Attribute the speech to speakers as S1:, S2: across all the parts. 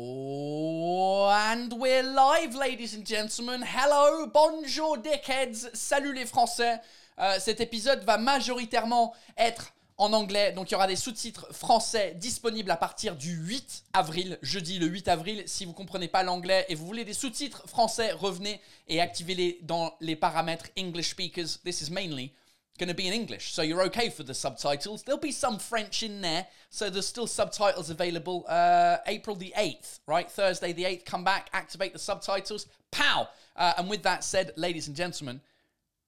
S1: Oh, and we're live, ladies and gentlemen. Hello, bonjour, dickheads. Salut les Français. Euh, cet épisode va majoritairement être en anglais, donc il y aura des sous-titres français disponibles à partir du 8 avril, jeudi le 8 avril. Si vous comprenez pas l'anglais et vous voulez des sous-titres français, revenez et activez-les dans les paramètres English speakers. This is mainly going to be in English, so you're okay for the subtitles. There'll be some French in there, so there's still subtitles available. Uh, April the 8th, right? Thursday the 8th, come back, activate the subtitles. Pow! Uh, and with that said, ladies and gentlemen,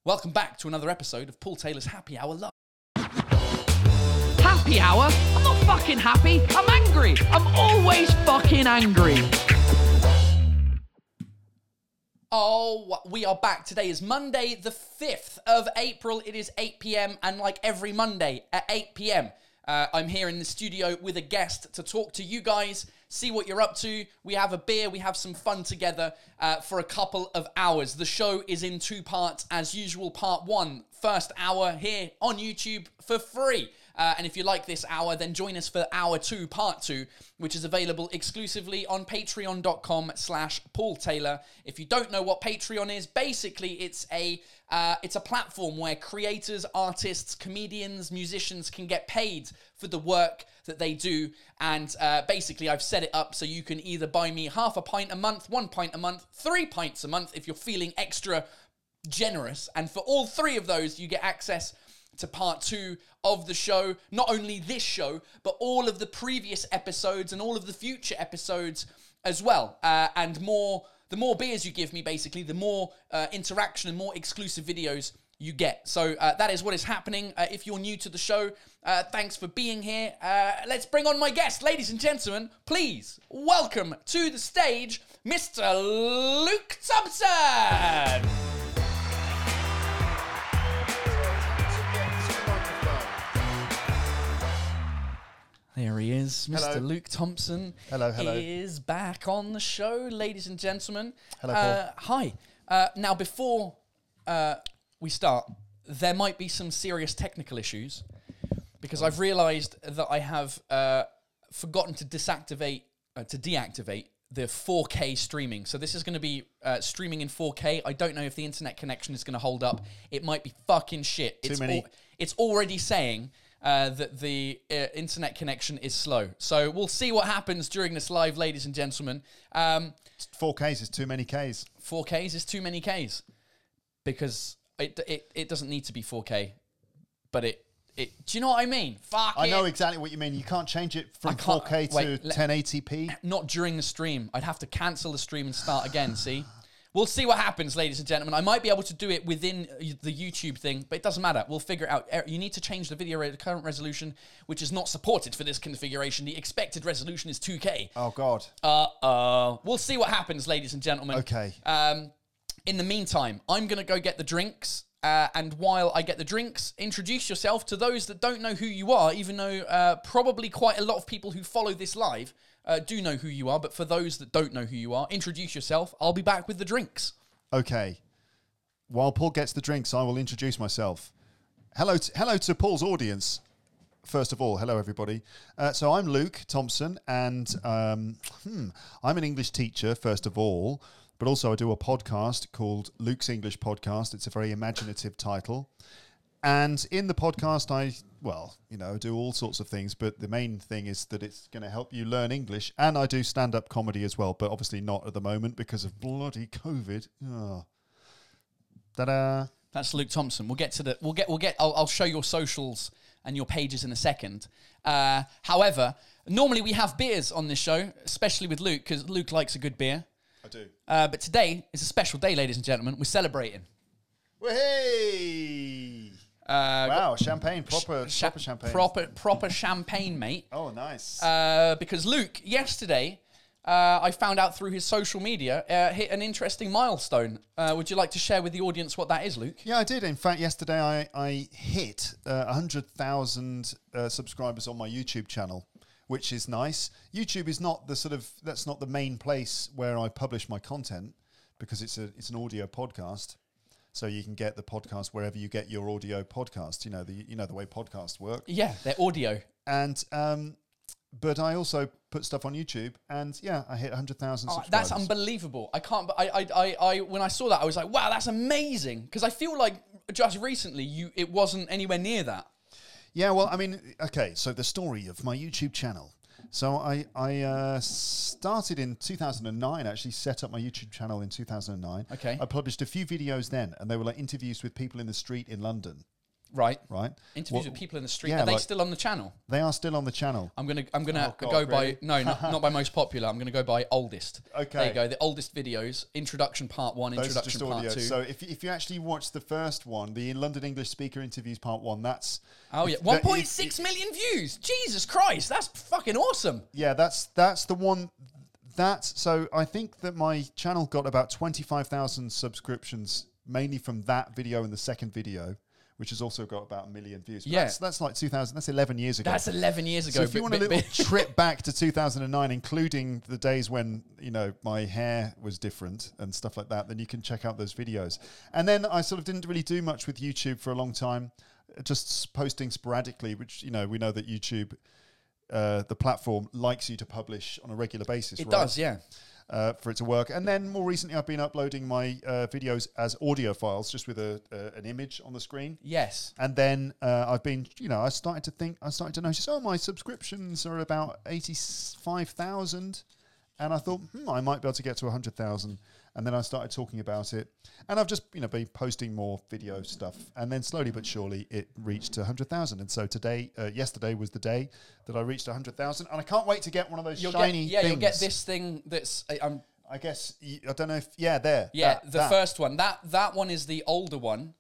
S1: welcome back to another episode of Paul Taylor's Happy Hour Live. Happy hour? I'm not fucking happy. I'm angry. I'm always fucking angry. Oh, we are back. Today is Monday, the 5th of April. It is 8 p.m. And like every Monday at 8 p.m., uh, I'm here in the studio with a guest to talk to you guys, see what you're up to. We have a beer, we have some fun together uh, for a couple of hours. The show is in two parts, as usual. Part one, first hour here on YouTube for free. Uh, and if you like this hour, then join us for hour two, part two, which is available exclusively on patreon.com slash Paul Taylor. If you don't know what Patreon is, basically it's a uh, it's a platform where creators, artists, comedians, musicians can get paid for the work that they do. And uh, basically, I've set it up so you can either buy me half a pint a month, one pint a month, three pints a month if you're feeling extra generous. And for all three of those, you get access to part two of the show. Not only this show, but all of the previous episodes and all of the future episodes as well. Uh, and more, the more beers you give me, basically, the more uh, interaction and more exclusive videos you get. So uh, that is what is happening. Uh, if you're new to the show, uh, thanks for being here. Uh, let's bring on my guest, ladies and gentlemen. Please welcome to the stage, Mr. Luke Thompson. There he is, Mr.
S2: Hello.
S1: Luke Thompson.
S2: Hello, hello.
S1: Is back on the show, ladies and gentlemen.
S2: Hello,
S1: Uh, hi. Uh, now, before uh, we start, there might be some serious technical issues because I've realised that I have uh, forgotten to disactivate, uh, to deactivate the 4K streaming. So this is going to be uh, streaming in 4K. I don't know if the internet connection is going to hold up. It might be fucking shit. Too it's
S2: many.
S1: al- it's already saying uh, that the uh, internet connection is slow. So we'll see what happens during this live, ladies and gentlemen. Um,
S2: Four Ks is too many Ks.
S1: 4Ks is too many Ks because it, it, it doesn't need to be 4K, but it, it do you know what I mean? Fuck
S2: I know
S1: it.
S2: exactly what you mean. You can't change it from
S1: can't-
S2: 4K to
S1: wait, let-
S2: 1080p.
S1: Not during the stream. I'd have to cancel the stream and start again, see? We'll see what happens, ladies and gentlemen. I might be able to do it within uh, the YouTube thing, but it doesn't matter. We'll figure it out. Er, You need to change the video rate, current resolution, which is not supported for this configuration. The expected resolution is 2K.
S2: Oh God.
S1: Uh oh. We'll see what happens, ladies and gentlemen.
S2: Okay.
S1: Um, in the meantime, I'm going to go get the drinks. Uh, and while I get the drinks, introduce yourself to those that don't know who you are, even though uh, probably quite a lot of people who follow this live uh, do know who you are. But for those that don't know who you are, introduce yourself. I'll be back with the drinks.
S2: Okay. While Paul gets the drinks, I will introduce myself. Hello, t- hello to Paul's audience. First of all, hello everybody. Uh, so I'm Luke Thompson, and um, hmm, I'm an English teacher. First of all, but also I do a podcast called Luke's English Podcast. It's a very imaginative title, and in the podcast, I well, you know, do all sorts of things. But the main thing is that it's going to help you learn English, and I do stand-up comedy as well. But obviously not at the moment because of bloody COVID. Ugh. Ta-da.
S1: That's Luke Thompson. We'll get to the. We'll get. We'll get. I'll, I'll show your socials and your pages in a second. Uh, however, normally we have beers on this show, especially with Luke, because Luke likes a good beer.
S2: I do.
S1: Uh, but today is a special day, ladies and gentlemen. We're celebrating.
S2: Hey!
S1: Uh,
S2: Wow, champagne, proper,
S1: Cha-
S2: proper champagne.
S1: Proper, proper champagne, mate.
S2: Oh, nice.
S1: Uh, because Luke, yesterday, uh, I found out through his social media, uh, hit an interesting milestone. Uh, would you like to share with the audience what that is, Luke?
S2: yeah, I did. In fact, yesterday I, I hit uh, 100,000 uh, subscribers on my YouTube channel, which is nice. YouTube is not the sort of, that's not the main place where I publish my content because it's, a, it's an audio podcast. So you can get the podcast wherever you get your audio podcast. You know the you know the way podcasts work.
S1: Yeah, they're audio.
S2: and um, but I also put stuff on YouTube, and yeah, I hit 100,000
S1: Oh,
S2: subscribers.
S1: that's unbelievable. I can't. but I, I, I, I, when I saw that, I was like, "Wow, that's amazing!" Because I feel like just recently, you it wasn't anywhere near that.
S2: Yeah, well, I mean, okay, so the story of my YouTube channel. So I, I uh, started in 2009, actually set up my YouTube channel in 2009.
S1: Okay.
S2: I published a few videos then, and they were like interviews with people in the street in London,
S1: Right.
S2: right?
S1: Interviews
S2: What-
S1: with people in the street.
S2: yeah,
S1: Are they
S2: like-
S1: still on the channel?
S2: They are still on the channel.
S1: I'm gonna I'm gonna
S2: Oh, God,
S1: go by
S2: really?
S1: no not, not by most popular. I'm gonna go by oldest.
S2: Okay.
S1: There you go. The oldest videos. Introduction part one.
S2: Those are
S1: introduction
S2: just
S1: part
S2: audio.
S1: two.
S2: So if, if you actually watch the first one, the London English Speaker Interviews Part 1, that's...
S1: oh yeah,
S2: if-
S1: one
S2: that-
S1: point
S2: if-
S1: six million views. Jesus Christ, that's fucking awesome.
S2: yeah that's that's the one that so i think that my channel got about 25000 subscriptions mainly from that video and the second video which has also got about a million views But
S1: Yeah.
S2: that's, that's like 2000 that's 11 years ago
S1: That's eleven years ago.
S2: so if you
S1: but-
S2: want a
S1: but-
S2: little
S1: but-
S2: trip back to 2009 including the days when you know my hair was different and stuff like that then you can check out those videos and then i sort of didn't really do much with youtube for a long time uh, just s- posting sporadically which you know we know that youtube uh, the platform likes you to publish on a regular basis
S1: it
S2: right?
S1: does, yeah.
S2: uh, for it to work. And then more recently, I've been uploading my uh, videos as audio files, just with a uh, an image on the screen.
S1: Yes.
S2: And then uh, I've been, you know, I started to think, I started to notice, oh, my subscriptions are about eighty-five thousand, and I thought, hmm, I might be able to get to hundred thousand. And then I started talking about it, and I've just, you know, been posting more video stuff, and then slowly but surely it reached to hundred thousand. And so today, uh, yesterday was the day that I reached hundred thousand, and I can't wait to get one of those
S1: You'll
S2: shiny
S1: get yeah,
S2: things.
S1: you'll get this thing that's I- I'm
S2: I guess y- I don't know if yeah there
S1: yeah,
S2: that-
S1: the
S2: that.
S1: first one. That that one is the older one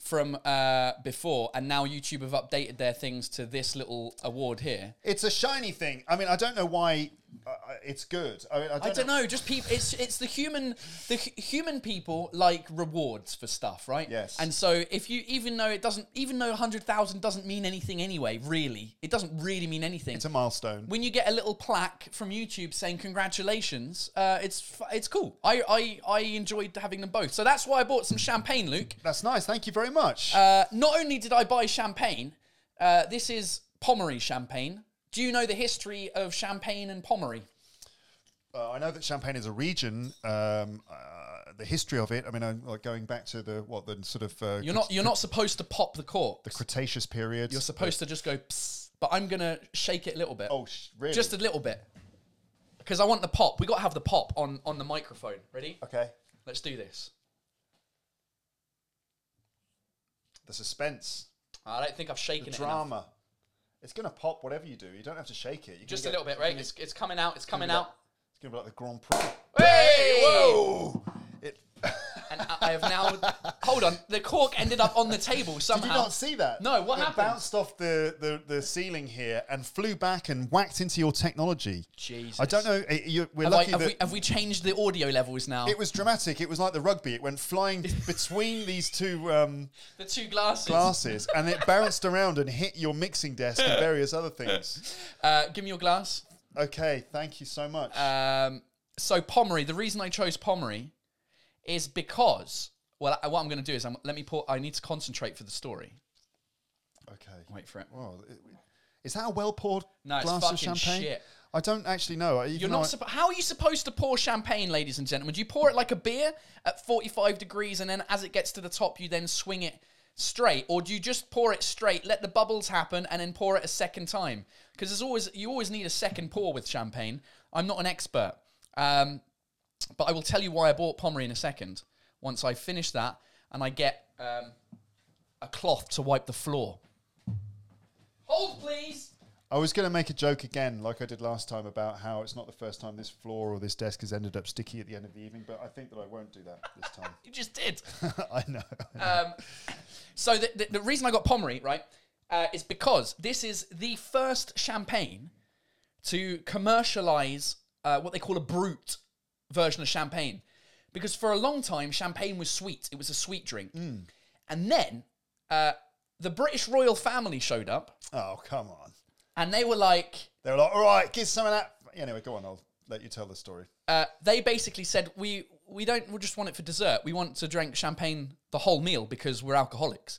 S1: from uh before and now YouTube have updated their things to this little award here.
S2: it's a shiny thing. I mean, I don't know why uh, uh, it's good. I, mean, I, don't,
S1: I don't
S2: know.
S1: know. Just people. It's it's the human the hu- human people like rewards for stuff, right?
S2: Yes.
S1: And so if you even though it doesn't even though hundred thousand doesn't mean anything anyway, really, it doesn't really mean anything.
S2: It's a milestone.
S1: when you get a little plaque from YouTube saying congratulations, uh, it's f- it's cool. I, I I enjoyed having them both. So that's why I bought some champagne, Luke.
S2: That's nice. Thank you very much.
S1: Uh, not only did I buy champagne, uh, this is Pommery champagne. Do you know the history of champagne and Pommery?
S2: Uh, I know that Champagne is a region. Um, uh, the history of it. I mean, I'm like going back to the what the sort of uh,
S1: You're not you're not supposed to pop the cork.
S2: Cretaceous period.
S1: You're supposed to just go, Psst, but I'm gonna shake it a little bit,
S2: oh, sh- really?
S1: just a little bit, because I want the pop. We gotta have the pop on on the microphone. Ready?
S2: okay.
S1: Let's do this.
S2: The suspense,
S1: I don't think I've shaken
S2: the
S1: it. enough.
S2: drama. It's gonna pop whatever you do. You don't have to shake it. You're gonna
S1: Just a
S2: get-
S1: little bit, right? It's, it's coming out. It's coming
S2: be like-
S1: out.
S2: It's gonna be like the Grand Prix.
S1: Hey!
S2: Whoa! It,
S1: And I- I have now. hold on. The cork ended up on the table somehow.
S2: Did you not see that?
S1: No, what
S2: it
S1: happened?
S2: bounced off the, the, the ceiling here and flew back and whacked into your technology.
S1: Jesus.
S2: I don't know. eh, you- we're
S1: Have, I-
S2: lucky
S1: have
S2: that
S1: we, have we changed the audio levels now?
S2: it was dramatic. It was like the rugby. It went flying between these two um,
S1: the two glasses.
S2: glasses and it bounced around and hit your mixing desk and various other things.
S1: Uh, give me your glass.
S2: Okay, thank you so much.
S1: Um, so Pomery, the reason I chose Pomery is because well, I, what I'm going to do is I'm, let me pour. I need to concentrate for the story.
S2: okay.
S1: Wait for it.
S2: Well, it- is that a well poured
S1: No, it's
S2: glass of
S1: fucking
S2: champagne?
S1: shit.
S2: I don't actually know. I- even
S1: You're
S2: though
S1: not.
S2: I-
S1: suppo- how are you supposed to pour champagne, ladies and gentlemen? Do you pour it like a beer at 45 degrees, and then as it gets to the top, you then swing it straight, or do you just pour it straight, let the bubbles happen, and then pour it a second time? Because there's always you always need a second pour with champagne. I'm not an expert, um, but I will tell you why I bought Pommery in a second. Once I finish that, and I get um, a cloth to wipe the floor. Hold, please.
S2: I was going to make a joke again, like I did last time, about how it's not the first time this floor or this desk has ended up sticky at the end of the evening, but I think that I won't do that this time.
S1: You just did.
S2: I know.
S1: Um, so the, the, the reason I got Pomery right uh, is because this is the first champagne to commercialize uh, what they call a brute version of champagne, because for a long time champagne was sweet; it was a sweet drink, and then uh, the British royal family showed up,
S2: oh, come on.
S1: and they were like.
S2: They were like, all right, get some of that. Anyway, go on. I'll let you tell the story.
S1: uh, they basically said we we don't we just want it for dessert. We want to drink champagne the whole meal because we're alcoholics.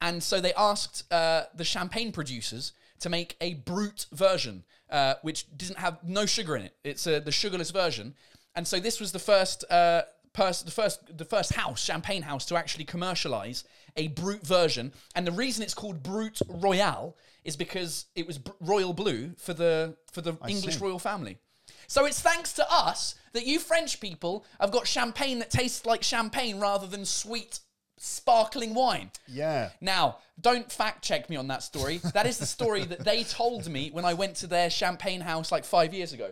S1: And so they asked uh, the champagne producers to make a brute version, uh, which doesn't have no sugar in it. It's uh, the sugarless version. And so this was the first uh, person, the first, the first house, champagne house, to actually commercialize a brute version. And the reason it's called Brute Royale is because it was br- royal blue for the for the English
S2: see.
S1: royal family. So it's thanks to us that you French people have got champagne that tastes like champagne rather than sweet, sparkling wine.
S2: Yeah.
S1: Now, don't fact check me on that story. That is the story that they told me when I went to their champagne house like five years ago.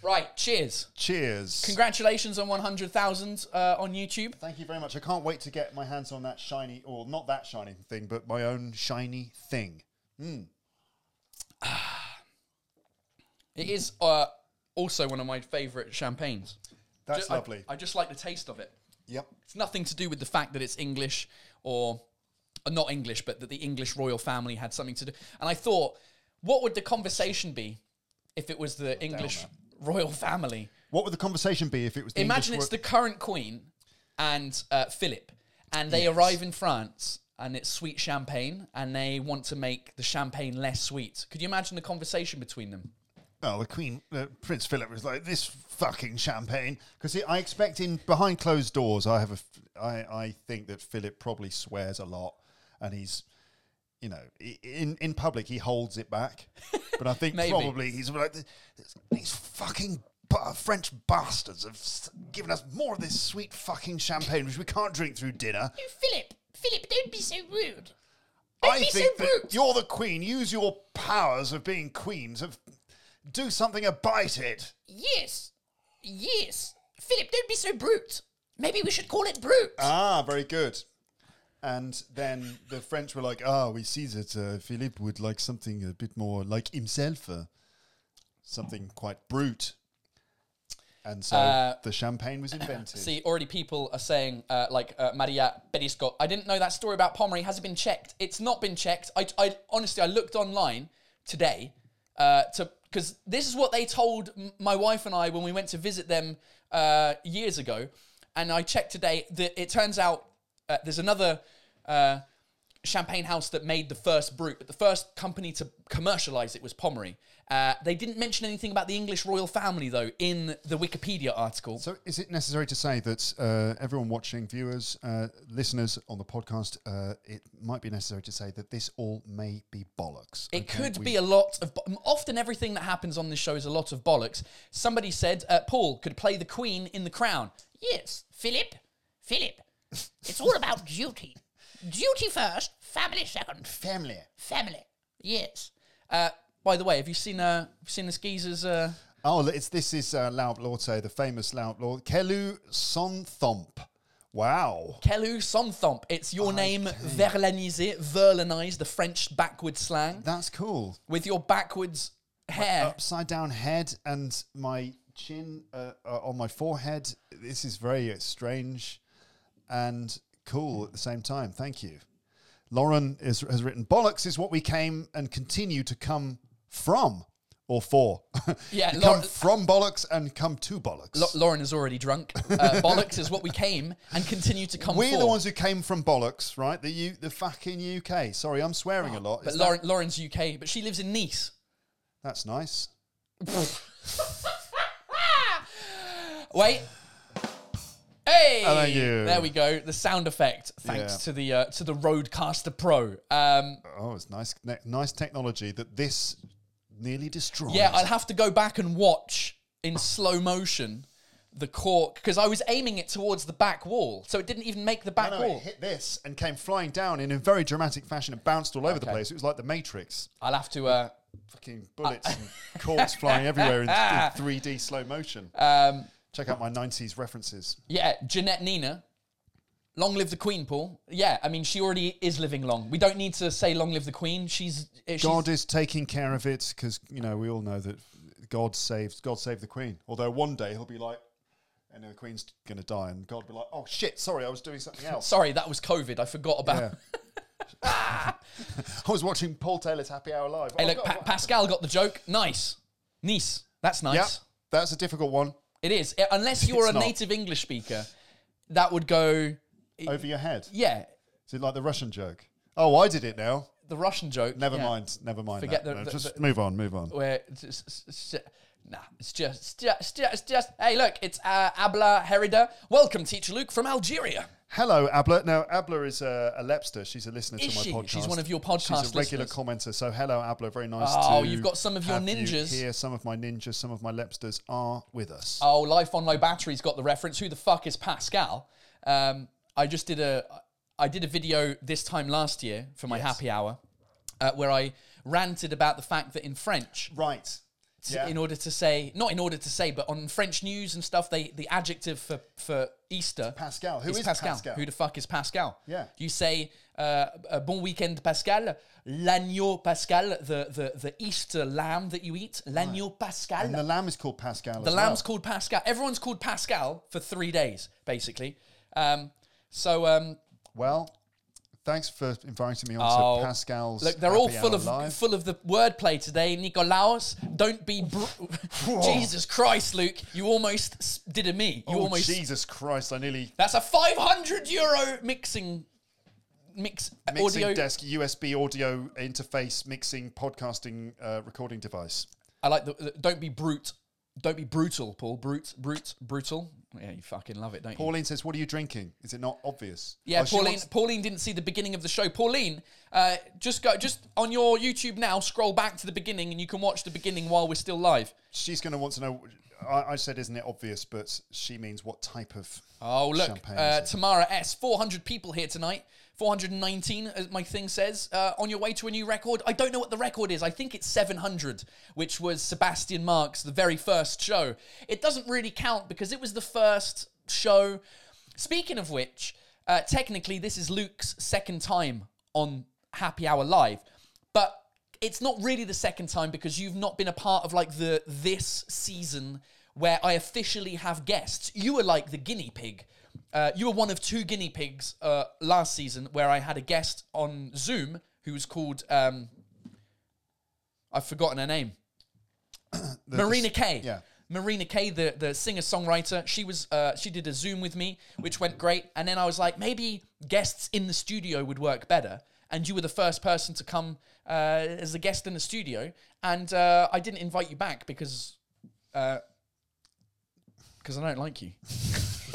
S1: Right, cheers.
S2: Cheers.
S1: Congratulations on 100,000 uh, on YouTube.
S2: Thank you very much. I can't wait to get my hands on that shiny, or not that shiny thing, but my own shiny thing.
S1: It is uh, also one of my favourite champagnes.
S2: That's
S1: I-
S2: lovely.
S1: I just like the taste of it.
S2: yep.
S1: It's nothing to do with the fact that it's English or, or not English, but that the English royal family had something to do. And I thought, what would the conversation be if it was the English royal family?
S2: What would the conversation be if it was? The
S1: Imagine
S2: English
S1: it's the current queen and uh, Philip, and they arrive in France and it's sweet champagne, and they want to make the champagne less sweet. Could you imagine the conversation between them?
S2: word- Oh, the Queen, uh, Prince Philip was like this fucking champagne. Because I expect in behind closed doors, I have a, f- I, I think that Philip probably swears a lot, and he's, you know, i- in in public he holds it back. But I think
S1: Maybe.
S2: probably he's like "These- these fucking. ba- French bastards have s- given us more of this sweet fucking champagne, which we can't drink through dinner.
S3: Oh, Philip, Philip, don't be so rude.
S2: I
S3: be so
S2: think that
S3: rude.
S2: you're the queen. Use your powers of being queens. Of do something about it.
S3: Yes, yes. Philip, don't be so brute. Maybe we should call it brute.
S2: Ah, very good. And then the French were like, "Ah, we see that uh, Philippe would like something a bit more like himself, uh, something quite brute." And so the champagne was invented.
S1: Uh, See, already people are saying, uh, like uh, Maria Berisco, I didn't know that story about Pomery. Has it been checked? It's not been checked. I, I honestly, I looked online today uh, to because this is what they told m- my wife and I when we went to visit them uh, years ago, and I checked today that it turns out uh, there's another. Uh, champagne house that made the first brute, but the first company to commercialize it was Pomery. Uh, they didn't mention anything about the English royal family, though, in the Wikipedia article.
S2: So, is it necessary to say that uh, everyone watching, viewers, uh, listeners on the podcast, uh, it might be necessary to say that this all may be bollocks?
S1: It could be a lot of. bo- Often everything that happens on this show is a lot of bollocks. Somebody said uh, Paul could play the Queen in The Crown.
S3: yes, Philip, Philip. It's all about duty. Duty first, family second.
S2: family.
S3: Family. Yes.
S1: Uh, by the way, have you seen uh, have you seen the skeezers? Uh,
S2: Oh, it's this is uh, Laut Lorte, the famous Laut Lorte. Kelu Son Thomp. Wow.
S1: Kelu Somthomp. It's your name verlanisé, verlanised, the French backward slang
S2: That's cool.
S1: with your backwards hair.
S2: Upside down head and my chin uh, uh, on my forehead. This is very uh, strange and cool at the same time. Thank you. Lauren is, has written Bollocks is what we came and continue to come from or for.
S1: Yeah,
S2: You
S1: Lauren-
S2: come from Bollocks and come to Bollocks.
S1: Lo- Lauren is already drunk. Uh, bollocks is what we came and continue to come.
S2: We're
S1: for.
S2: the ones who came from bollocks, right? The U, the fucking UK. Sorry, I'm swearing a
S1: Ah,
S2: lot.
S1: But
S2: Is that-
S1: Lauren, Lauren's UK, but she lives in Nice.
S2: that's nice.
S1: Wait. Hey,
S2: Oh, thank you.
S1: there we go. The sound effect, thanks
S2: Yeah.
S1: to the uh, to the Rodecaster Pro. Um,
S2: Oh, it's nice, ne- nice technology that this nearly destroyed.
S1: yeah, I'll have to go back and watch in slow motion the cork because I was aiming it towards the back wall, so it didn't even make the back
S2: No, no,
S1: wall.
S2: it hit this and came flying down in a very dramatic fashion and bounced all over the
S1: Okay.
S2: place. It was like the Matrix.
S1: I'll have to. Uh,
S2: Fucking bullets and corks flying everywhere in, in 3D slow motion.
S1: Ah. um,
S2: Check out my 90s references.
S1: yeah, Jeanette Nina. Long live the Queen, Paul. Yeah, I mean she already is living long. We don't need to say long live the Queen. She's, uh, she's
S2: God is taking care of it because you know we all know that God saves God save the Queen. Although one day he'll be like, and the Queen's going to die, and God will be like, oh shit, sorry, I was doing something else.
S1: Sorry, that was COVID. I forgot about.
S2: Yeah. I was watching Paul Taylor's Happy Hour Live.
S1: Hey,
S2: Oh,
S1: look,
S2: God,
S1: pa-
S2: what-
S1: Pascal got the joke. Nice, nice. That's nice.
S2: yeah, that's a difficult one.
S1: It is. Uh, Unless you're
S2: It's
S1: a
S2: not.
S1: native English speaker, that would go,
S2: Over your head.
S1: yeah.
S2: Is it like the Russian joke? Oh, I did it now.
S1: The Russian joke.
S2: Never
S1: yeah.
S2: mind. Never mind.
S1: Forget
S2: that.
S1: the-
S2: No,
S1: the-
S2: just
S1: the-
S2: move on. Move on.
S1: Where it's just, it's- it's- it's- nah, it's just, it's just, it's just, it's just- Hey, look, it's uh, Abla Herida. Welcome, teacher Luke from Algeria.
S2: Hello, Abla. Now, Abla is a, a Lepster. She's a listener
S1: Is
S2: to my
S1: she?
S2: podcast.
S1: She's one of your podcast
S2: She's a regular
S1: listeners.
S2: commenter. So, hello, Abla. Very nice
S1: Oh,
S2: to
S1: you've got some of your
S2: have you
S1: ninjas.
S2: here. Some of my ninjas, some of my Lepsters are with us.
S1: Oh, Life on Low Battery's got the reference. Who the fuck is Pascal? Um, I just did a I did a video this time last year for my happy hour uh, where I ranted about the fact that in French,
S2: right. Yeah.
S1: in order to say not in order to say, but on French news and stuff, they the adjective for for Easter
S2: Pascal. Who
S1: is
S2: is
S1: Pascal.
S2: Pascal?
S1: Who the fuck is Pascal?
S2: Yeah.
S1: you say uh, a bon weekend Pascal, l'agneau Pascal, the the the Easter lamb that you eat, l'agneau Pascal.
S2: and the lamb is called Pascal.
S1: The lamb's called Pascal. Everyone's called Pascal for three days, basically. Um, so um,
S2: Well, thanks for inviting me on
S1: Oh.
S2: to Pascal's.
S1: look, they're all
S2: Happy
S1: full
S2: Hour
S1: of
S2: live.
S1: full of the wordplay today. Nicolaus, don't be. Br- Jesus Christ, Luke, you almost s- did a me. You
S2: Oh,
S1: almost.
S2: Jesus Christ! I nearly
S1: That's a 500 euro mixing mix
S2: mixing
S1: audio.
S2: desk USB audio interface mixing podcasting uh, recording device.
S1: I like the, the don't be brute. Don't be brutal, Paul. Brute, brute, brutal. Yeah, you fucking love it, don't you?
S2: Pauline says, "What are you drinking? Is it not obvious?"
S1: Yeah,
S2: Oh, she
S1: Pauline.
S2: wants-
S1: Pauline didn't see the beginning of the show. Pauline, uh, just go, just on your YouTube now. Scroll back to the beginning, and you can watch the beginning while we're still live.
S2: she's going to want to know. I, I said, "Isn't it obvious?" But she means what type of?
S1: Oh look,
S2: Champagne,
S1: uh,
S2: isn't it?
S1: Tamara S. Four hundred people here tonight. Four hundred and nineteen, as my thing says. Uh, on your way to a new record. I don't know what the record is. I think it's seven hundred, which was Sebastian Marks, the very first show. It doesn't really count because it was the first show. Speaking of which, uh, technically this is Luke's second time on Happy Hour Live, but it's not really the second time because you've not been a part of like the this season where I officially have guests. You were like the guinea pig. Uh, you were one of two guinea pigs uh, last season where I had a guest on Zoom who was called um, I've forgotten her name.
S2: the-
S1: Marina Kay.
S2: Yeah.
S1: Marina Kay, the, the singer songwriter, she was uh, she did a Zoom with me, which went great. And then I was like, maybe guests in the studio would work better. And you were the first person to come uh, as a guest in the studio, and uh, I didn't invite you back because because I don't like you.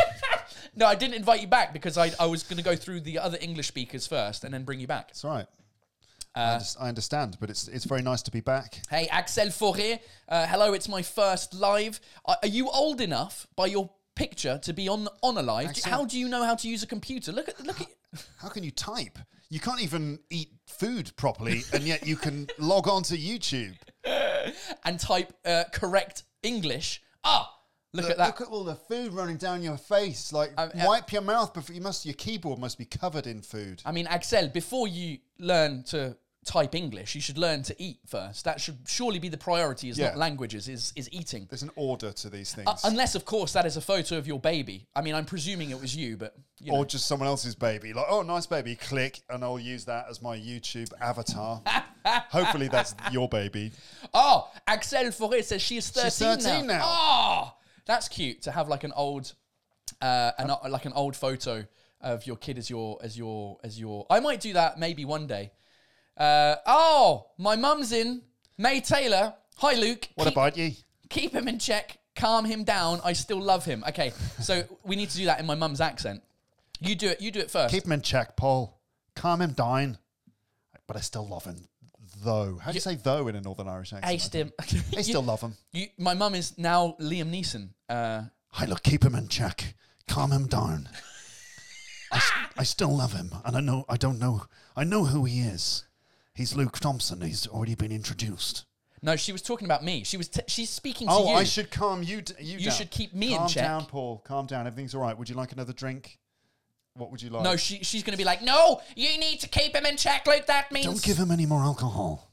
S1: no, I didn't invite you back because I, I was going to go through the other English speakers first and then bring you back.
S2: It's all right.
S1: Uh,
S2: I, underst- I understand, but it's it's very nice to be back.
S1: Hey, Axel Fourier. Uh, hello, it's my first live. Are, are you old enough by your picture to be on on a live? Do-
S2: Axel-
S1: How do you know how to use a computer? Look at look at.
S2: How can you type? You can't even eat food properly, and yet you can log on to YouTube.
S1: And type uh, correct English. Ah, look at that.
S2: Look at all the food running down your face. Like,
S1: uh,
S2: wipe your mouth before you must. Your keyboard must be covered in food.
S1: I mean, Axel, before you learn to type English, you should learn to eat first. That should surely be the priority. Is not
S2: Yeah.
S1: languages. Is is eating.
S2: There's an order to these things,
S1: Unless, of course, that is a photo of your baby. I mean, I'm presuming it was you, but you know.
S2: or just someone else's baby. Like, oh, nice baby. Click, and I'll use that as my YouTube avatar. Hopefully, that's your baby.
S1: Oh, Axel Fourier says she is 13,
S2: She's 13 now.
S1: Oh, that's cute to have like an old, uh, an, o- like an old photo of your kid as your as your as your. I might do that maybe one day. Uh, oh, my mum's in. May Taylor. Hi, Luke.
S2: What
S1: keep,
S2: about ye?
S1: keep him in check. Calm him down. I still love him. Okay, so we need to do that in my mum's accent. You do it. You do it first.
S2: Keep him in check, Paul. Calm him down. But I still love him, though. How do you say though in a Northern Irish accent?
S1: I still,
S2: I still love him.
S1: You, my mum is now Liam Neeson. Uh,
S2: Hey, look, keep him in check. Calm him down. I, s- I still love him, and I know I don't know. I know who he is. He's Luke Thompson. He's already been introduced.
S1: No, she was talking about me. She was t- she's speaking to
S2: Oh,
S1: you.
S2: I should calm you. D- you
S1: You
S2: down.
S1: should keep me in
S2: calm
S1: check.
S2: down, Paul. Calm down. Everything's all right. Would you like another drink? What would you like?
S1: No, she, she's going to be like, no, you need to keep him in check, Luke. That means
S2: don't give him any more alcohol.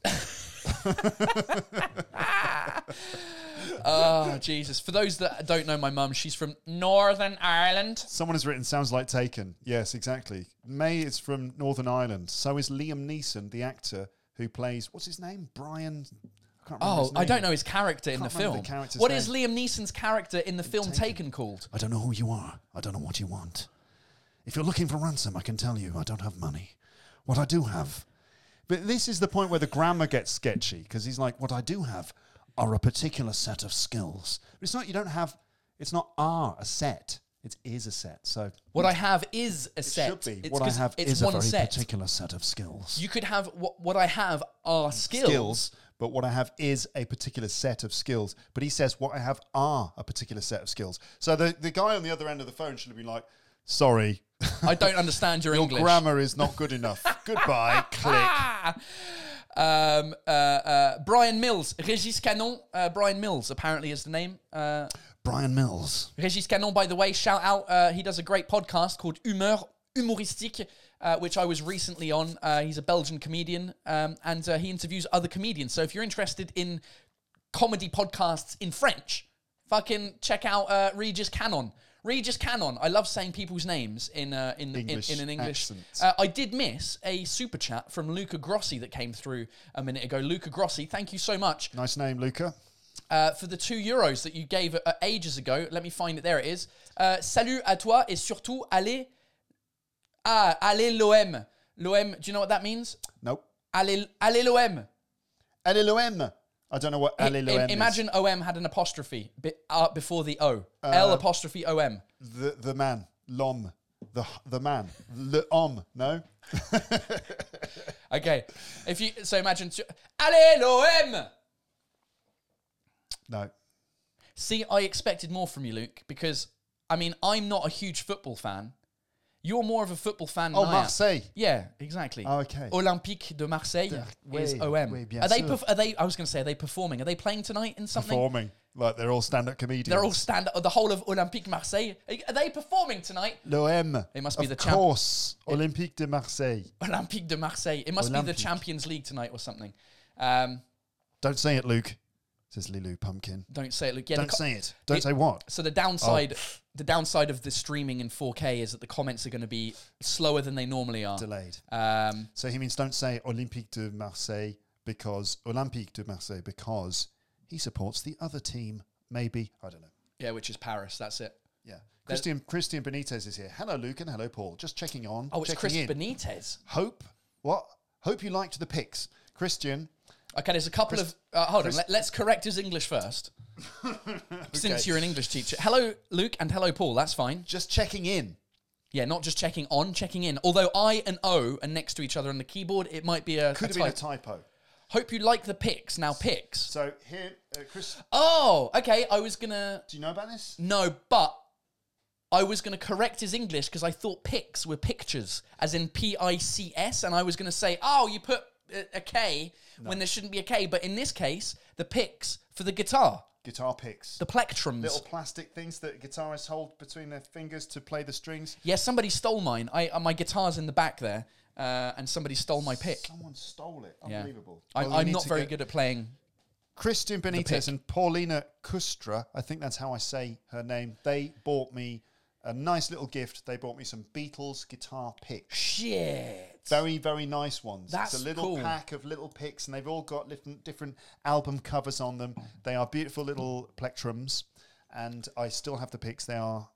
S1: Oh Jesus! For those that don't know, my mum, she's from Northern Ireland.
S2: Someone has written, sounds like Taken. Yes, exactly. May is from Northern Ireland. So is Liam Neeson, the actor who plays, what's his name? Brian. I can't
S1: Oh,
S2: remember. his
S1: I
S2: name.
S1: don't know his character in the
S2: Can't remember
S1: film.
S2: the character's
S1: What is
S2: name.
S1: Liam Neeson's character in the film Taken called?
S2: I don't know who you are. I don't know what you want. If you're looking for ransom, I can tell you I don't have money. what I do have. But this is the point where the grammar gets sketchy because he's like, what I do have are a particular set of skills. But it's not, you don't have, it's not are a set, it is a set. So
S1: What I have is a set.
S2: should be.
S1: It's
S2: what I
S1: 'cause
S2: have
S1: it's
S2: is a
S1: one
S2: very
S1: set.
S2: particular set of skills.
S1: You could have what what I have are skills.
S2: skills, but what I have is a particular set of skills. But he says what I have are a particular set of skills. So the, the guy on the other end of the phone should have been like, sorry,
S1: I don't understand your, English.
S2: grammar is not good enough. Goodbye, click.
S1: Ah! Um, uh, uh, Brian Mills, Regis Canon. Uh, Brian Mills apparently is the name. Uh,
S2: Brian Mills.
S1: Regis Canon, by the way, shout out. Uh, he does a great podcast called Humeur Humoristique, uh, which I was recently on. Uh, he's a Belgian comedian, um, and uh, he interviews other comedians. So if you're interested in comedy podcasts in French, fucking check out uh, Regis Canon. Regis Canon. I love saying people's names in uh, in, in
S2: English
S1: in an English.
S2: accent.
S1: Uh, I did miss a super chat from Luca Grossi that came through a minute ago. Luca Grossi, thank you so much
S2: Nice name, Luca.
S1: uh, for the two euros that you gave uh, ages ago. Let me find it. There it is. Uh, salut à toi et surtout allez. Ah, allez l'OM. L'OM, do you know what that means?
S2: Nope.
S1: Allez, allez l'OM.
S2: Allez l'OM. I don't know what allez l'OM
S1: I- imagine OM had an apostrophe be, uh, before the O. L apostrophe OM.
S2: is. The, the man. L'homme. The, the man. Le homme. No?
S1: Okay. If you so imagine tu- allez l'OM.
S2: No.
S1: See, I expected more from you, Luke, because I mean, I'm not a huge football fan. You're more of a football fan
S2: Oh,
S1: than I am.
S2: Marseille.
S1: Yeah, exactly.
S2: Oh, okay.
S1: Olympique de Marseille is
S2: oui,
S1: OM.
S2: oui, bien
S1: are they?
S2: sûr.
S1: Perf- are they? I was going to say, are they performing? Are they playing tonight in something?
S2: Performing. Like they're all stand up comedians.
S1: They're all stand. The whole of Olympique Marseille. Are are they performing tonight?
S2: L'OM. They
S1: must be the
S2: Of
S1: champ-
S2: course. Olympique de Marseille.
S1: Olympique de Marseille. It must be the
S2: Olympique.
S1: Champions League tonight or something. Um,
S2: Don't say it, Luke. Says Lulu Pumpkin.
S1: don't say it, Luke. Yeah, the
S2: Don't
S1: co-
S2: say it. Don't say what. Oh.
S1: So the downside, the downside of the streaming in 4K is that the comments are going to be slower than they normally are.
S2: Delayed.
S1: Um,
S2: So he means don't say Olympique de Marseille because Olympique de Marseille because he supports the other team. Maybe I don't know.
S1: yeah, which is Paris. That's it.
S2: Yeah. Christian Christian Benitez is here. Hello, Luke, and hello, Paul. Just checking on.
S1: Oh, it's
S2: checking
S1: Chris
S2: in.
S1: Benitez.
S2: Hope what? Hope you liked the picks, Christian.
S1: Okay, there's a couple of. Uh, hold on, let, us correct his English first. Since you're an English teacher. Hello, Luke, and hello, Paul. That's fine.
S2: Just checking in.
S1: Yeah, not just checking on, checking in. Although I and O are next to each other on the keyboard, it might be a.
S2: Could
S1: a
S2: have been a
S1: type.
S2: typo.
S1: Hope you like the pics. Now, pics.
S2: So here, uh, Chris,
S1: Oh, okay. I was going to.
S2: do you know about this?
S1: No, but I was going to correct his English because I thought pics were pictures, as in P I C S, and I was going to say, oh, you put a, a K when there shouldn't be a K. But in this case, the pics for the guitar,
S2: Guitar picks.
S1: the plectrums.
S2: little plastic things that guitarists hold between their fingers to play the strings.
S1: Yeah, somebody stole mine. I uh, my guitar's in the back there, uh, and somebody stole my pick.
S2: Someone stole it.
S1: Yeah.
S2: Unbelievable.
S1: I,
S2: Well, we
S1: I'm
S2: need
S1: not
S2: to
S1: very
S2: get-
S1: good at playing.
S2: Christian
S1: pick.
S2: Benitez and Paulina Kustra, I think that's how I say her name, they bought me a nice little gift. They bought me some Beatles guitar picks.
S1: Shit.
S2: Very, very nice ones.
S1: That's
S2: it's a little
S1: cool.
S2: pack of little picks, and they've all got different, different album covers on them. They are beautiful little plectrums, and I still have the picks. They are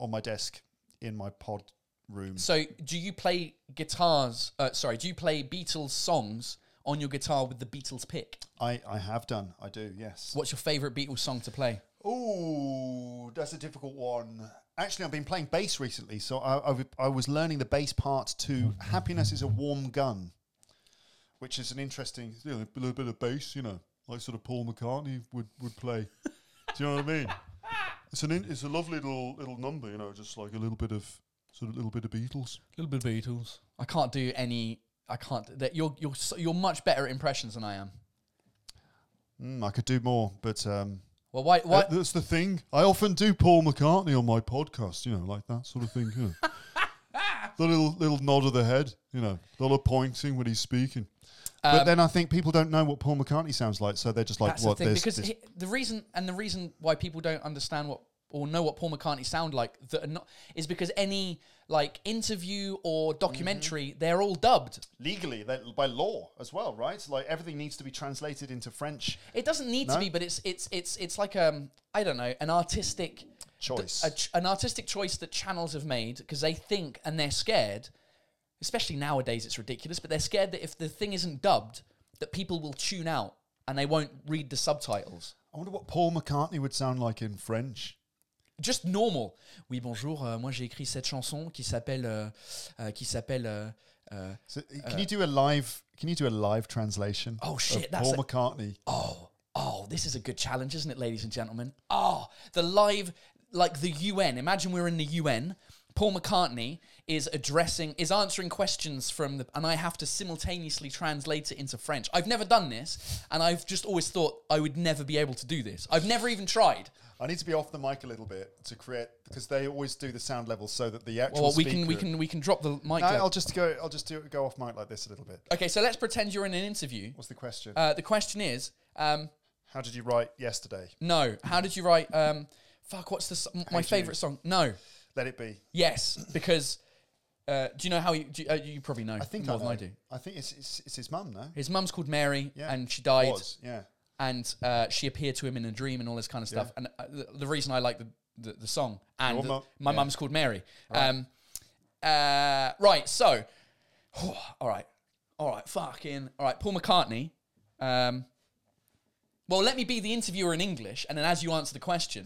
S2: on my desk in my pod room.
S1: So, do you play guitars? Uh, sorry, do you play Beatles songs on your guitar with the Beatles pick?
S2: I, I have done. I do, yes.
S1: What's your favorite Beatles song to play?
S2: Ooh, that's a difficult one. Actually, I've been playing bass recently, so I, I, w- I was learning the bass part to "Happiness Is a Warm Gun," which is an interesting you know, a little bit of bass, you know, like sort of Paul McCartney would, would play. Do you know what I mean? It's an in, it's a lovely little little number, you know, just like a little bit of sort of little bit of Beatles.
S1: A little bit of Beatles. I can't do any. I can't. That you're you're so, you're much better at impressions than I am.
S2: Mm, I could do more, but um,
S1: Well, why why
S2: That- that's the thing. I often do Paul McCartney on my podcast, you know, like that sort of thing. You know. the little little nod of the head, you know, the little pointing when he's speaking. but then I think people don't know what Paul McCartney sounds like, so they're just like,
S1: Um, That's
S2: "What?"
S1: the thing
S2: this,
S1: because
S2: this-
S1: he, the reason and the reason why people don't understand what or know what Paul McCartney sound like that are not is because any like interview or documentary
S2: Mm-hmm.
S1: they're all dubbed.
S2: legally, that- by law as well, right? Like everything needs to be translated into French
S1: It doesn't need to
S2: No?
S1: be, but it's it's it's it's like um I don't know an artistic
S2: choice.
S1: a ch- an artistic choice that channels have made because they think and they're scared especially nowadays, it's ridiculous, but they're scared that if the thing isn't dubbed, that people will tune out and they won't read the subtitles.
S2: I wonder what Paul McCartney would sound like in French.
S1: Just normal. Oui, bonjour. euh, moi, j'ai écrit cette chanson qui s'appelle euh, euh, qui s'appelle euh, euh,
S2: So, can you do a live? Can you do a live translation?
S1: Oh,
S2: of
S1: shit, that's
S2: Paul
S1: a-
S2: McCartney.
S1: Oh, oh, this is a good challenge, isn't it, ladies and gentlemen? Oh, the live, like the UN. Imagine we're in the UN. Paul McCartney is addressing, is answering questions from the, and I have to simultaneously translate it into French. I've never done this, and I've just always thought I would never be able to do this. I've never even tried.
S2: I need to be off the mic a little bit to create because they always do the sound levels so that the actual.
S1: Well, we can,
S2: speaker-
S1: we can, we can drop the mic.
S2: No,
S1: down.
S2: I'll just go. I'll just do go off mic like this a little bit.
S1: okay, so let's pretend you're in an interview.
S2: What's the question?
S1: Uh, the question is, um,
S2: How did you write yesterday?
S1: no, how did you write? Um, fuck, what's the s- my favorite song? No,
S2: Let it be.
S1: Yes, because uh, do you know how you? Do you, uh, you probably know.
S2: I think
S1: more
S2: I,
S1: than I
S2: know.
S1: do.
S2: I think it's it's, it's his mum now.
S1: His mum's called Mary,
S2: Yeah,
S1: and she died,
S2: Was yeah.
S1: and uh, she appeared to him in a dream, and all this kind of stuff. And uh, the, the reason I like the, the, the song and
S2: Your
S1: the-
S2: mum-
S1: my
S2: yeah.
S1: mum's called Mary. Um, uh, right. So, all right, all right, fucking all right. Paul McCartney. Um, well, let me be the interviewer in English, and then as you answer the question,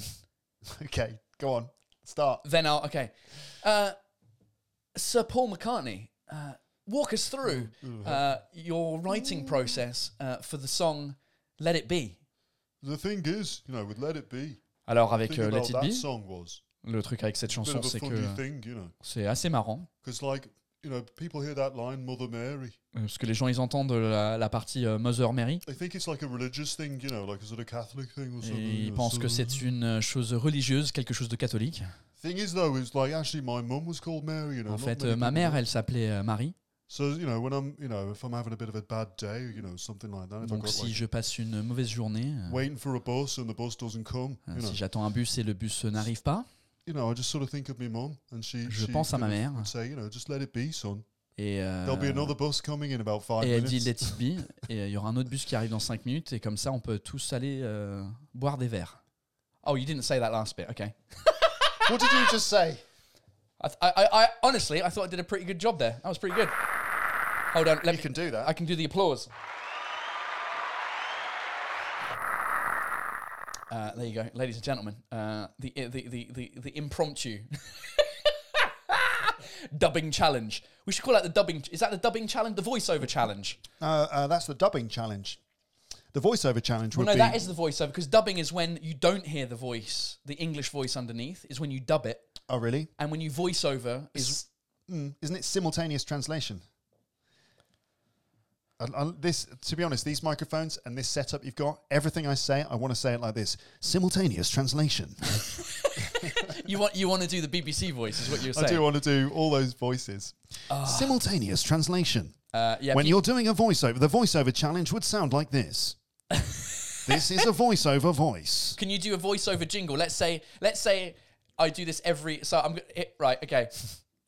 S2: Okay, go on. Start.
S1: then I'll okay. Uh, Sir Paul McCartney, uh, walk us through
S2: Mm,
S1: uh, your writing process uh, for the song "Let It Be."
S2: The thing is, you know, with Let It Be,
S1: Alors avec
S2: think
S1: euh,
S2: about
S1: Let It
S2: that
S1: Be,
S2: song was
S1: le truc avec cette
S2: a bit
S1: chanson,
S2: of a
S1: c'est que
S2: funny
S1: euh,
S2: thing, you know,
S1: c'est assez marrant
S2: because like you know, people hear that line, Mother Mary.
S1: euh, parce que les gens ils entendent la, la partie euh, Mother Mary
S2: They think it's like a religious thing, you know, like a sort of Catholic thing or
S1: et
S2: something. you
S1: ils
S2: know,
S1: pensent
S2: so-
S1: que c'est une chose religieuse, quelque chose de catholique.
S2: Thing is, though, is like actually my mum was called Mary, you know.
S1: En
S2: not
S1: fait,
S2: many
S1: euh, ma
S2: people
S1: mère,
S2: do.
S1: elle s'appelait euh, Marie.
S2: So you know, when I'm, you know, if I'm having a bit of a bad day, you know, something like that. If I
S1: Donc
S2: got
S1: si
S2: like,
S1: je passe une mauvaise journée, euh,
S2: waiting for a bus and the bus doesn't come,
S1: euh,
S2: you know,
S1: si j'attends un bus et le bus euh, n'arrive pas,
S2: you know, I just sort of think of my mum and she.
S1: je
S2: she
S1: pense à ma
S2: kind of
S1: mère
S2: would say, you know, just let it be, son.
S1: et euh,
S2: There'll be another bus coming in about five
S1: Et elle dit
S2: minutes.
S1: Let it be, et euh, il y aura un autre bus qui arrive dans 5 minutes, et comme ça on peut tous aller euh, boire des verres. Oh, you didn't say that last bit, okay.
S2: what did you just say?
S1: I, th- I, I, I honestly, I thought I did a pretty good job there. That was pretty good. Hold on, let
S2: You
S1: me.
S2: can do that.
S1: I can do the applause. Uh, there you go, ladies and gentlemen. Uh, the, the, the, the, the impromptu dubbing challenge. We should call that the dubbing. Is that the dubbing challenge? The voiceover challenge.
S2: Uh, uh, that's the dubbing challenge. The voiceover challenge would
S1: Well, no,
S2: be.
S1: that is the voiceover because dubbing is when you don't hear the voice, the English voice underneath is when you dub it,
S2: oh, really?
S1: and when you voiceover is
S2: Mm, isn't it simultaneous translation? I, I- this, to be honest, these microphones and this setup you've got, everything I say, I want to say it like this: simultaneous translation.
S1: you want you want to do the BBC voice is what you're saying.
S2: I do want to do all those voices. Simultaneous translation.
S1: Uh, yeah,
S2: when
S1: pe-
S2: you're doing a voiceover, the voiceover challenge would sound like this. this is a voiceover voice.
S1: can you do a voiceover jingle? Let's say let's say I do this every so I'm gonna hit, right okay.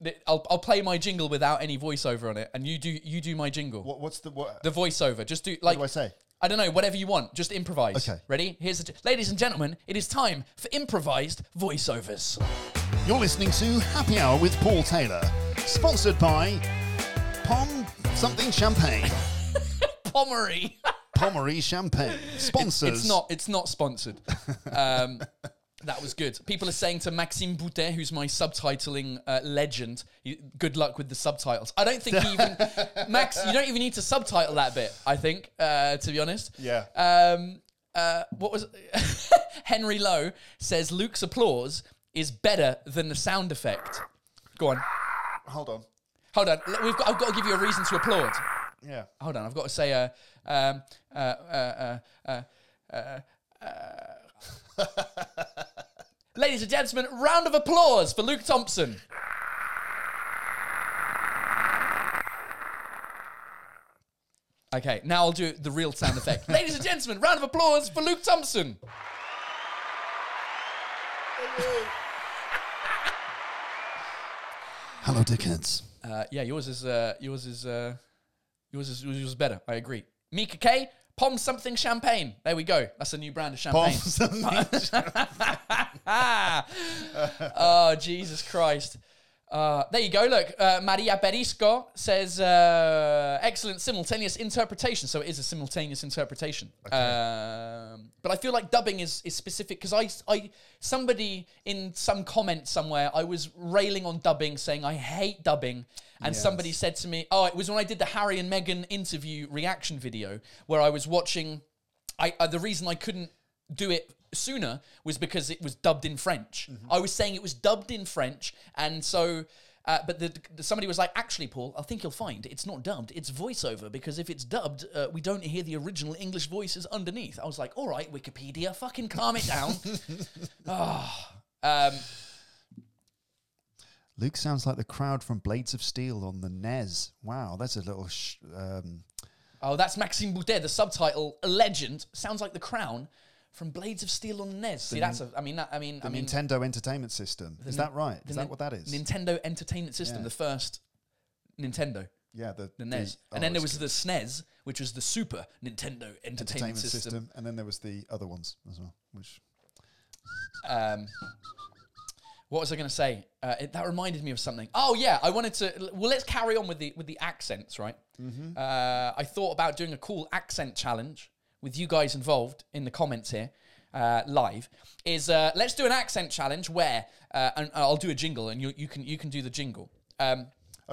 S1: Th- I'll, I'll play my jingle without any voiceover on it, and you do you do my jingle.
S2: What, what's the what?
S1: The voiceover, just do like
S2: do I say?
S1: I don't know, whatever you want, just improvise.
S2: Okay.
S1: ready? Here's the, ladies and gentlemen, it is time for improvised voiceovers.
S2: You're listening to Happy Hour with Paul Taylor, sponsored by Pom something Champagne,
S1: Pommery.
S2: Pommery Champagne. Sponsors.
S1: It's not. It's not sponsored. Um, that was good. People are saying to Maxime Boutet, who's my subtitling uh, legend, "You- "Good luck with the subtitles." I don't think he even Max. You don't even need to subtitle that bit. I think, uh, to be honest.
S2: Yeah.
S1: Um, uh, what was Henry Lowe says? Luke's applause is better than the sound effect. Go on.
S2: Hold on.
S1: Hold on. L- We've got, I've got to give you a reason to applaud.
S2: Yeah.
S1: Hold on, I've got to say, uh, um, uh, uh, uh, uh, uh, uh. ladies and gentlemen, round of applause for Luke Thompson. Okay, now I'll do the real sound effect. ladies and gentlemen, round of applause for Luke Thompson.
S2: Hello, dickheads.
S1: Uh, yeah, yours is uh, yours is uh, yours is yours is better. I agree. Mika K, pom something champagne. There we go. That's a new brand of
S2: Pom
S1: champagne.
S2: something.
S1: Ah! oh Jesus Christ! Uh, there you go. Look, uh, Maria Berisco says, uh, excellent simultaneous interpretation. So it is a simultaneous interpretation. Um, but I feel like dubbing is, is specific because I, I, somebody in some comment somewhere, I was railing on dubbing, saying I hate dubbing. And somebody said to me, oh, it was when I did the Harry and Meghan interview reaction video where I was watching. I uh, the reason I couldn't do it sooner was because it was dubbed in French. I was saying it was dubbed in French, and so. Uh, but the, the- somebody was like, "Actually, Paul, I think you'll find it's not dubbed; it's voiceover. Because if it's dubbed, uh, we don't hear the original English voices underneath." I was like, "All right, Wikipedia, fucking calm it down." Ah. um,
S2: Luke sounds like the crowd from Blades of Steel on the NES. Wow, that's a little. Sh- um,
S1: oh, that's Maxime Boudet. The subtitle, "A Legend," sounds like the crown from Blades of Steel on NES. See, that's a. I mean, that, I mean, I mean,
S2: Nintendo Entertainment System. Is that right? Is that what that is?
S1: Nintendo Entertainment System, the first Nintendo.
S2: yeah, the,
S1: the NES.
S2: oh,
S1: and then there
S2: it's
S1: was the SNES, which was the Super Nintendo Entertainment,
S2: Entertainment
S1: System.
S2: system. and then there was the other ones as well. Which
S1: Um, what was I going to say? Uh, it, that reminded me of something. Oh yeah, I wanted to. Well, let's carry on with the with the accents, right? Uh, I thought about doing a cool accent challenge with you guys involved in the comments here. Uh, live is uh, let's do an accent challenge where uh, and I'll do a jingle and you, you can you can do the jingle um,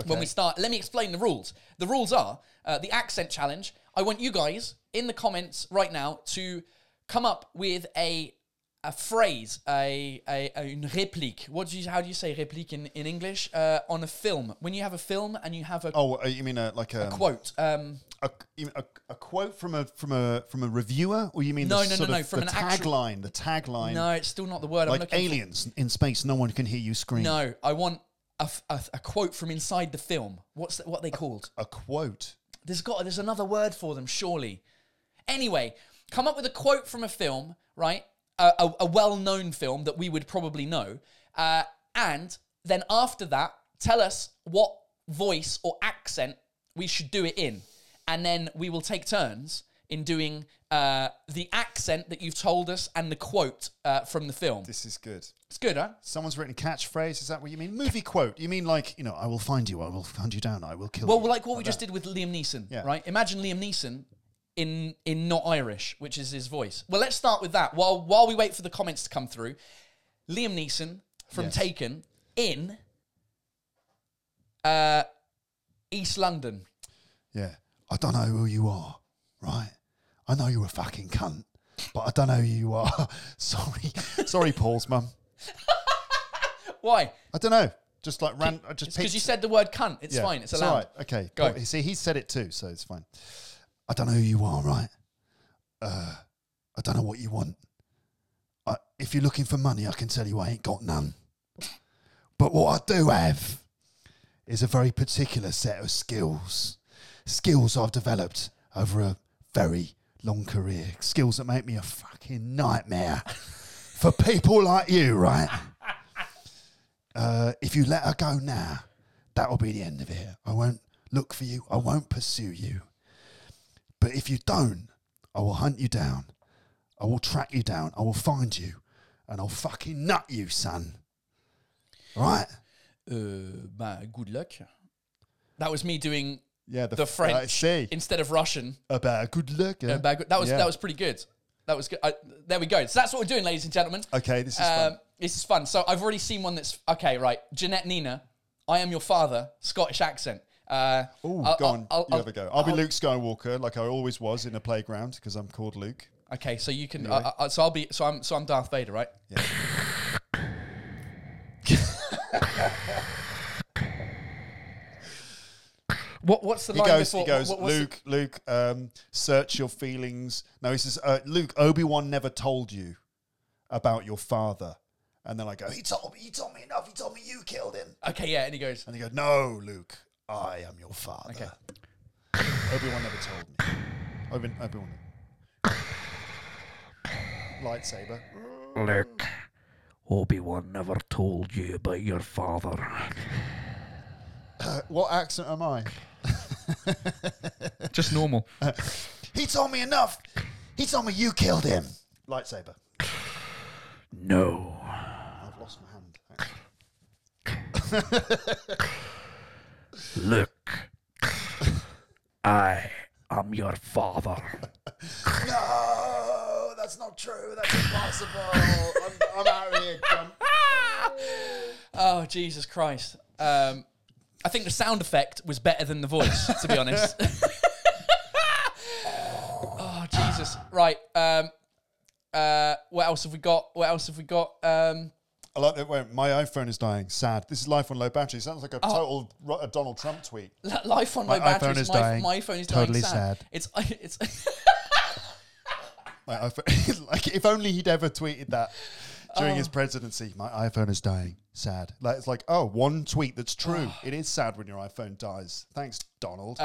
S1: when we start. Let me explain the rules. The rules are uh, the accent challenge. I want you guys in the comments right now to come up with a a phrase, a, a, a une réplique. What do you, how do you say réplique in, in English? Uh, on a film. When you have a film and you have a
S2: oh, uh, you mean a, like a,
S1: quote. Um,
S2: a, you mean a, a quote from a from a from a reviewer, or you mean
S1: No,
S2: the,
S1: no, no,
S2: sort
S1: no,
S2: of
S1: from
S2: the
S1: an actual-
S2: tagline? The tagline,
S1: no, it's still not the word I'm
S2: like
S1: looking for.
S2: aliens in space, no one can hear you scream.
S1: No, I want a, f- a- a quote from inside the film. What's that, what are they called?
S2: a quote.
S1: There's got there's another word for them, surely. Anyway, come up with a quote from a film, right? A, a, a well-known film that we would probably know, uh, and then after that, tell us what voice or accent we should do it in, and then we will take turns in doing uh, the accent that you've told us and the quote uh, from the film.
S2: This is good.
S1: It's good, huh?
S2: Someone's written catchphrase. Is that what you mean? Movie quote. You mean like you know? I will find you. I will find you down. I will kill
S1: Well,
S2: you.
S1: like what we just did with Liam Neeson,
S2: Yeah.
S1: right? Imagine Liam Neeson in in not Irish, which is his voice. Well, let's start with that. While while we wait for the comments to come through, Liam Neeson from
S2: Yes.
S1: Taken in uh, East London.
S2: Yeah. I don't know who you are, right? I know you're a fucking cunt, but I don't know who you are. sorry, sorry, Paul's mum.
S1: Why?
S2: I don't know. Just like ran. I just
S1: Because
S2: picked.
S1: you said the word cunt. It's
S2: Yeah,
S1: fine. It's
S2: all
S1: allowed.
S2: right. Okay.
S1: Go.
S2: Go. See, he said it too, so it's fine. I don't know who you are, right? Uh, I don't know what you want. I, if you're looking for money, I can tell you I ain't got none. But what I do have is a very particular set of skills. Skills I've developed over a very long career. Skills that make me a fucking nightmare for people like you, right? Uh, if you let her go now, that'll be the end of it. I won't look for you. I won't pursue you. But if you don't, I will hunt you down. I will track you down. I will find you. And I'll fucking nut you, son. Right?
S1: Uh, bah, good luck. That was me doing
S2: Yeah, the,
S1: the French
S2: see.
S1: instead of Russian.
S2: About good luck.
S1: Uh, bag- that was that was pretty good. That was good. I, there we go. So that's what we're doing, ladies and gentlemen.
S2: Okay, this is
S1: Um,
S2: fun.
S1: this is fun. So I've already seen one that's okay. Right, Jeanette Nina, I am your father. Scottish accent. Uh,
S2: Ooh,
S1: I'll-
S2: go on.
S1: I'll-
S2: you
S1: I'll-
S2: have a go. I'll, be
S1: I'll-
S2: Luke Skywalker, like I always was in a playground, because I'm called Luke.
S1: Okay, so you can. I- I- so I'll be. So I'm. So I'm Darth Vader, right? what What's the
S2: He
S1: line
S2: goes,
S1: before?
S2: he goes,
S1: what- what's the-
S2: Luke, Luke, um, search your feelings. No, he says, uh, Luke, Obi Wan never told you about your father. And then I go, he told me, he told me enough. He told me you killed him.
S1: okay, yeah, and he goes.
S2: And he goes, no, Luke, I am your father.
S1: Okay.
S2: Obi Wan never told me. Obi Obi Wan. Lightsaber.
S4: Luke, Obi Wan never told you about your father.
S2: Uh, What accent am I?
S1: Just normal.
S2: He told me enough. He told me you killed him. Lightsaber.
S4: No.
S2: I've lost my hand.
S4: Look, I am your father.
S2: No, that's not true. That's impossible. I'm, I'm out of here. Come.
S1: Oh Jesus Christ! Um, I think the sound effect was better than the voice, to be honest. oh Jesus! Right. Um, uh, what else have we got? What else have we got? Um,
S2: I like that. Wait, my iPhone is dying. Sad. This is life on low battery. Sounds
S1: Oh.
S2: like a total ro- a Donald Trump tweet.
S1: li- life on my,
S2: My
S1: battery.
S2: iPhone is
S1: my,
S2: dying.
S1: my phone is
S2: Totally
S1: dying.
S2: sad.
S1: It's it's.
S2: My iPhone, like if only he'd ever tweeted that during his presidency. My iPhone is dying. Sad. Like it's like oh, one tweet that's true. it is sad when your iPhone dies. Thanks, Donald.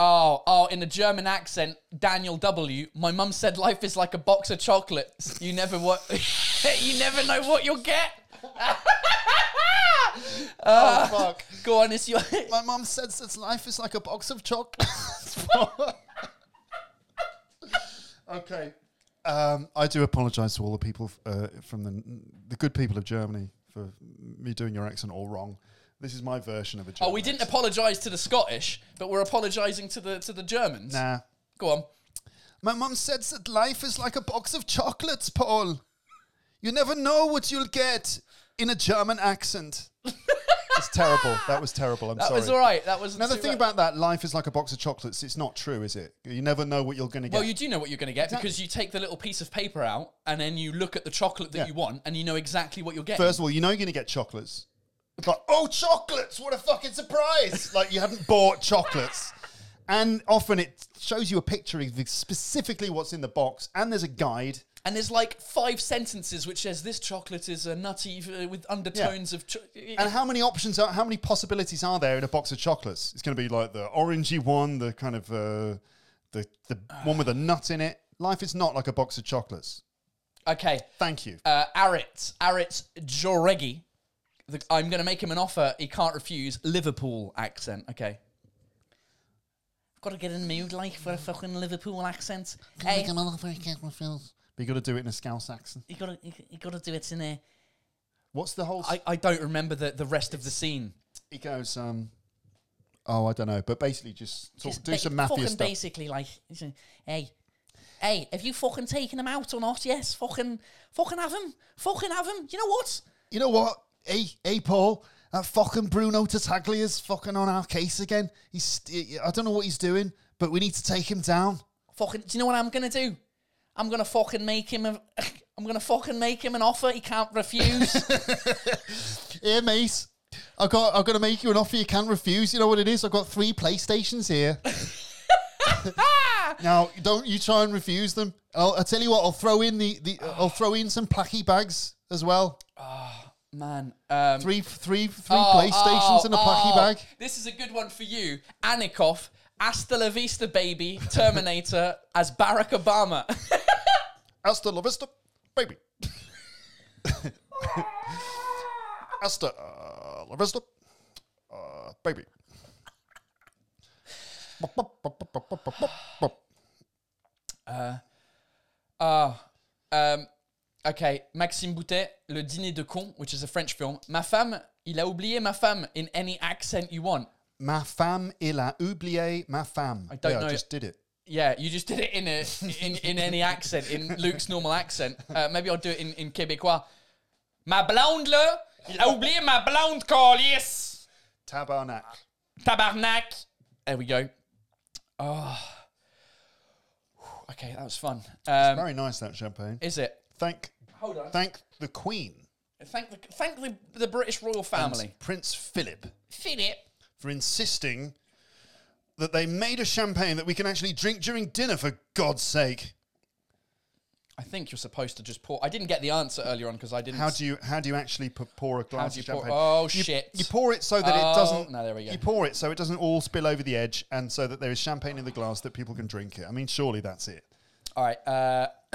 S1: Oh, oh, in a German accent, Daniel W. My mum said life is like a box of chocolates. You never what you never know what you'll get.
S2: oh fuck.
S1: Go on, it's your
S2: My mum says that life is like a box of chocolates. okay. Um, I do apologise to all the people uh, from the the good people of Germany for me doing your accent all wrong. This is my version of a German.
S1: Oh, we didn't
S2: accent.
S1: apologise to the Scottish, but we're apologising to the to the Germans.
S2: Nah.
S1: Go on.
S2: Uh, My mum says that life is like a box of chocolates, Paul. You never know what you'll get in a German accent. it's terrible. That was terrible. I'm
S1: That
S2: sorry.
S1: was all right. That was
S2: Now, the
S1: too
S2: thing
S1: bad.
S2: about that, life is like a box of chocolates. It's not true, is it? You never know what you're going to get.
S1: well, you do know what you're going to get because you take the little piece of paper out and then you look at the chocolate that
S2: Yeah.
S1: you want and you know exactly what you're getting.
S2: First of all, you know you're going to get chocolates. It's like, oh, chocolates! What a fucking surprise! like you haven't bought chocolates. And often it shows you a picture of specifically what's in the box, and there's a guide.
S1: and there's like five sentences which says this chocolate is a nutty uh, with undertones of. Cho-
S2: And how many options are? How many possibilities are there in a box of chocolates? It's going to be like the orangey one, the kind of uh, the the one with a nut in it. Life is not like a box of chocolates.
S1: okay.
S2: Thank you.
S1: uh, Aritz, Aritz Joregi. The, I'm going to make him an offer he can't refuse. Liverpool accent. Okay. Got to get in the mood, like, for a
S3: Mm.
S1: fucking Liverpool accent. Hey,
S2: But you got to do it in a Scouse accent.
S1: you got to you got to do it in there.
S2: What's the whole?
S1: I, I don't remember the, the rest of the scene.
S2: he goes, um, oh, I don't know, but basically just, talk,
S5: Just
S2: do
S5: ba-
S2: some mafia
S5: fucking
S2: stuff.
S5: basically like, hey, hey, have you fucking taken him out or not? Yes, fucking, fucking have him, fucking have him. You know what?
S2: You know what? Hey, hey, Paul, that fucking Bruno Tattaglia's fucking on our case again. He's, I don't know what he's doing, but we need to take him down.
S5: Fucking, do you know what I'm gonna do? I'm gonna fucking make him. A, I'm gonna fucking make him an offer he can't refuse.
S2: Here, mate. I got. I'm gonna make you an offer you can't refuse. You know what it is? I've got three PlayStations here. now, don't you try and refuse them. I'll, I'll tell you what. I'll throw in the, the I'll throw in some placky bags as well.
S1: Man, um,
S2: Three, three, three PlayStations in a placky
S1: oh,
S2: bag.
S1: This is a good one for you, Anikoff. Hasta la vista, baby. Terminator as Barack Obama.
S2: Hasta la vista, baby. Hasta uh, la vista, uh, baby.
S1: Ah, um, ok. Maxime Boutet, Le Dîner de Con, which is a French film. Ma femme, il a oublié ma femme in any accent you want.
S2: Ma femme, il a oublié ma femme. I
S1: don't
S2: yeah,
S1: know.
S2: I just did it.
S1: Yeah, you just did it in a in, in any accent, in Luke's normal accent. Uh, maybe I'll do it in, in Québécois. Ma blonde, là, il a oublié ma blonde, calice.
S2: Tabarnak.
S1: Tabarnak. There we go. Oh. Okay, that was fun. Um,
S2: Very nice that champagne.
S1: is it?
S2: Thank,
S1: Hold on.
S2: thank the Queen,
S1: Thank the, thank the, the British royal family.
S2: Prince Philip,
S1: Philip.
S2: for insisting that they made a champagne that we can actually drink during dinner. For God's sake.
S1: I think you're supposed to just pour. I didn't get the answer earlier on because I didn't.
S2: How do you how do you actually p- pour a glass
S1: do you
S2: of
S1: pour-
S2: champagne?
S1: oh,
S2: you,
S1: shit.
S2: You pour it so that
S1: Oh,
S2: it doesn't.
S1: no, there we go.
S2: You pour it so it doesn't all spill over the edge, and so that there is champagne in the glass that people can drink it. I mean, surely that's it.
S1: All right. Uh,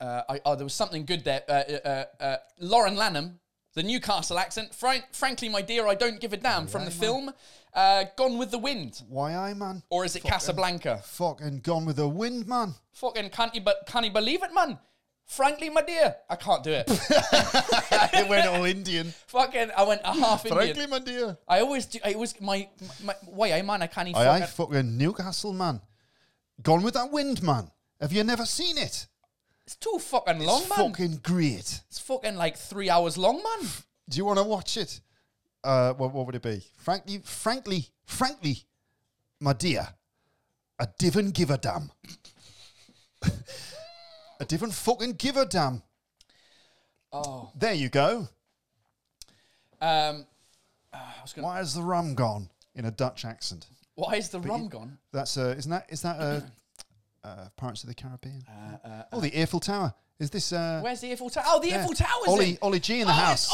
S1: uh, I, oh, there was something good there. Uh, uh, uh, Lauren Lanham, the Newcastle accent. Frank, frankly, my dear, I don't give a damn from the film uh, Gone with the Wind,
S2: Why I man?
S1: or is it Casablanca?
S2: Fucking gone with the wind, man.
S1: Fucking can't you, but can you believe it, man? Frankly, my dear, I can't do it.
S2: it went all Indian.
S1: fucking, I went a half
S2: Frankly,
S1: Indian.
S2: my dear.
S1: I always do. It was my, my, my wait, eh, man, I can't even.
S2: Aye, aye,
S1: fucking-
S2: fucking Newcastle, man. Gone with that wind, man. Have you never seen it?
S1: It's too fucking long,
S2: it's
S1: Oh, man.
S2: fucking great.
S1: It's fucking like three hours long, man.
S2: Do you want to watch it? Uh, what, what would it be? Frankly, frankly, frankly, my dear, I didn't give a damn. I didn't fucking give a damn.
S1: Oh.
S2: There you go.
S1: Um, ah, I was gonna.
S2: Where's the rum gone? In a Dutch accent.
S1: Why is the rum gone?
S2: That's uh, isn't that is that uh, uh, Pirates of the Caribbean?
S1: Uh,
S2: oh, the Eiffel Tower. Is this uh,
S1: Where's the Eiffel Tower? Oh, the Eiffel Tower's
S2: Ollie
S1: in.
S2: Ollie G in the
S1: oh,
S2: house?
S1: it's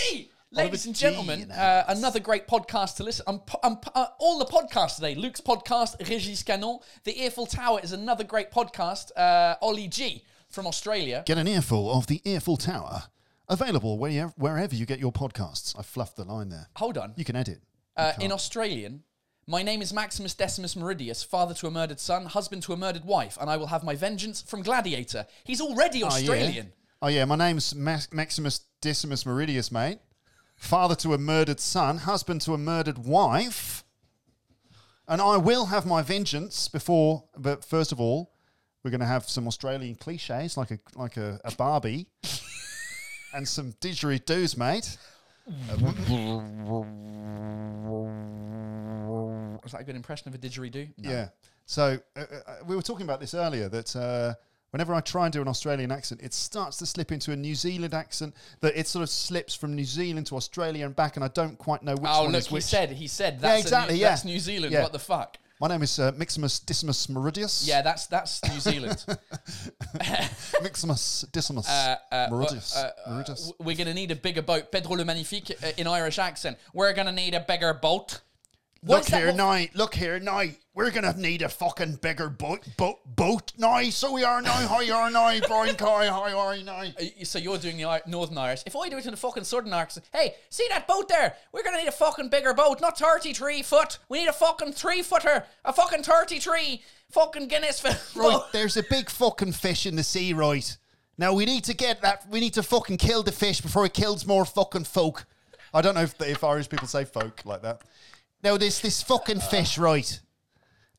S1: Ollie G. Ladies
S2: Oliver
S1: and
S2: G in
S1: gentlemen,
S2: the
S1: uh, another great podcast to listen. I'm, po- I'm, po- uh, all the podcasts today. Luke's podcast, Regis Canon. The Eiffel Tower is another great podcast. Uh, Ollie G from Australia.
S2: Get an earful of the Eiffel Tower. Available where you- wherever you get your podcasts. I fluffed the line there.
S1: Hold on.
S2: You can edit.
S1: Uh, in Australian, my name is Maximus Decimus Meridius, father to a murdered son, husband to a murdered wife, and I will have my vengeance from Gladiator. He's already Australian.
S2: Oh Ah, yeah, oh, yeah. my name's Max- Maximus Decimus Meridius, mate. Father to a murdered son, husband to a murdered wife. And I will have my vengeance before, but first of all, we're going to have some Australian cliches like a like a, a Barbie and some didgeridoos, mate.
S1: Was that a good impression of a didgeridoo? No.
S2: Yeah. So uh, uh, we were talking about this earlier that uh, whenever I try and do an Australian accent, it starts to slip into a New Zealand accent. That it sort of slips from New Zealand to Australia and back, and I don't quite know which
S1: Oh,
S2: one
S1: look,
S2: is
S1: he
S2: which.
S1: said, he said, that's, a
S2: exactly,
S1: New,
S2: yeah.
S1: that's New Zealand.
S2: Yeah.
S1: What the fuck?
S2: My name is uh, Maximus Decimus Meridius.
S1: Yeah, that's that's New Zealand.
S2: Maximus Decimus
S1: Uh,
S2: Meridius. Meridius.
S1: W- We're going to need a bigger boat. Pedro le Magnifique uh, in Irish accent. We're going to need a bigger boat.
S2: Look
S1: is that
S2: here
S1: what-
S2: now, look here now. We're gonna need a fucking bigger boat, boat, boat now. So we are now. Hi, are now, Brian Carey. Hi, are now.
S1: Uh, y- So you're doing the Ir- Northern Irish. If I do it in a fucking Southern accent, hey, see that boat there? We're gonna need a fucking bigger boat, not 33 foot. We need a fucking three footer, a fucking 33 fucking Guinness fi-
S2: Right,
S1: boat.
S2: there's a big fucking fish in the sea, right? Now we need to get that. We need to fucking kill the fish before it kills more fucking folk. I don't know if, if Irish people say folk like that. Now there's this fucking fish, right?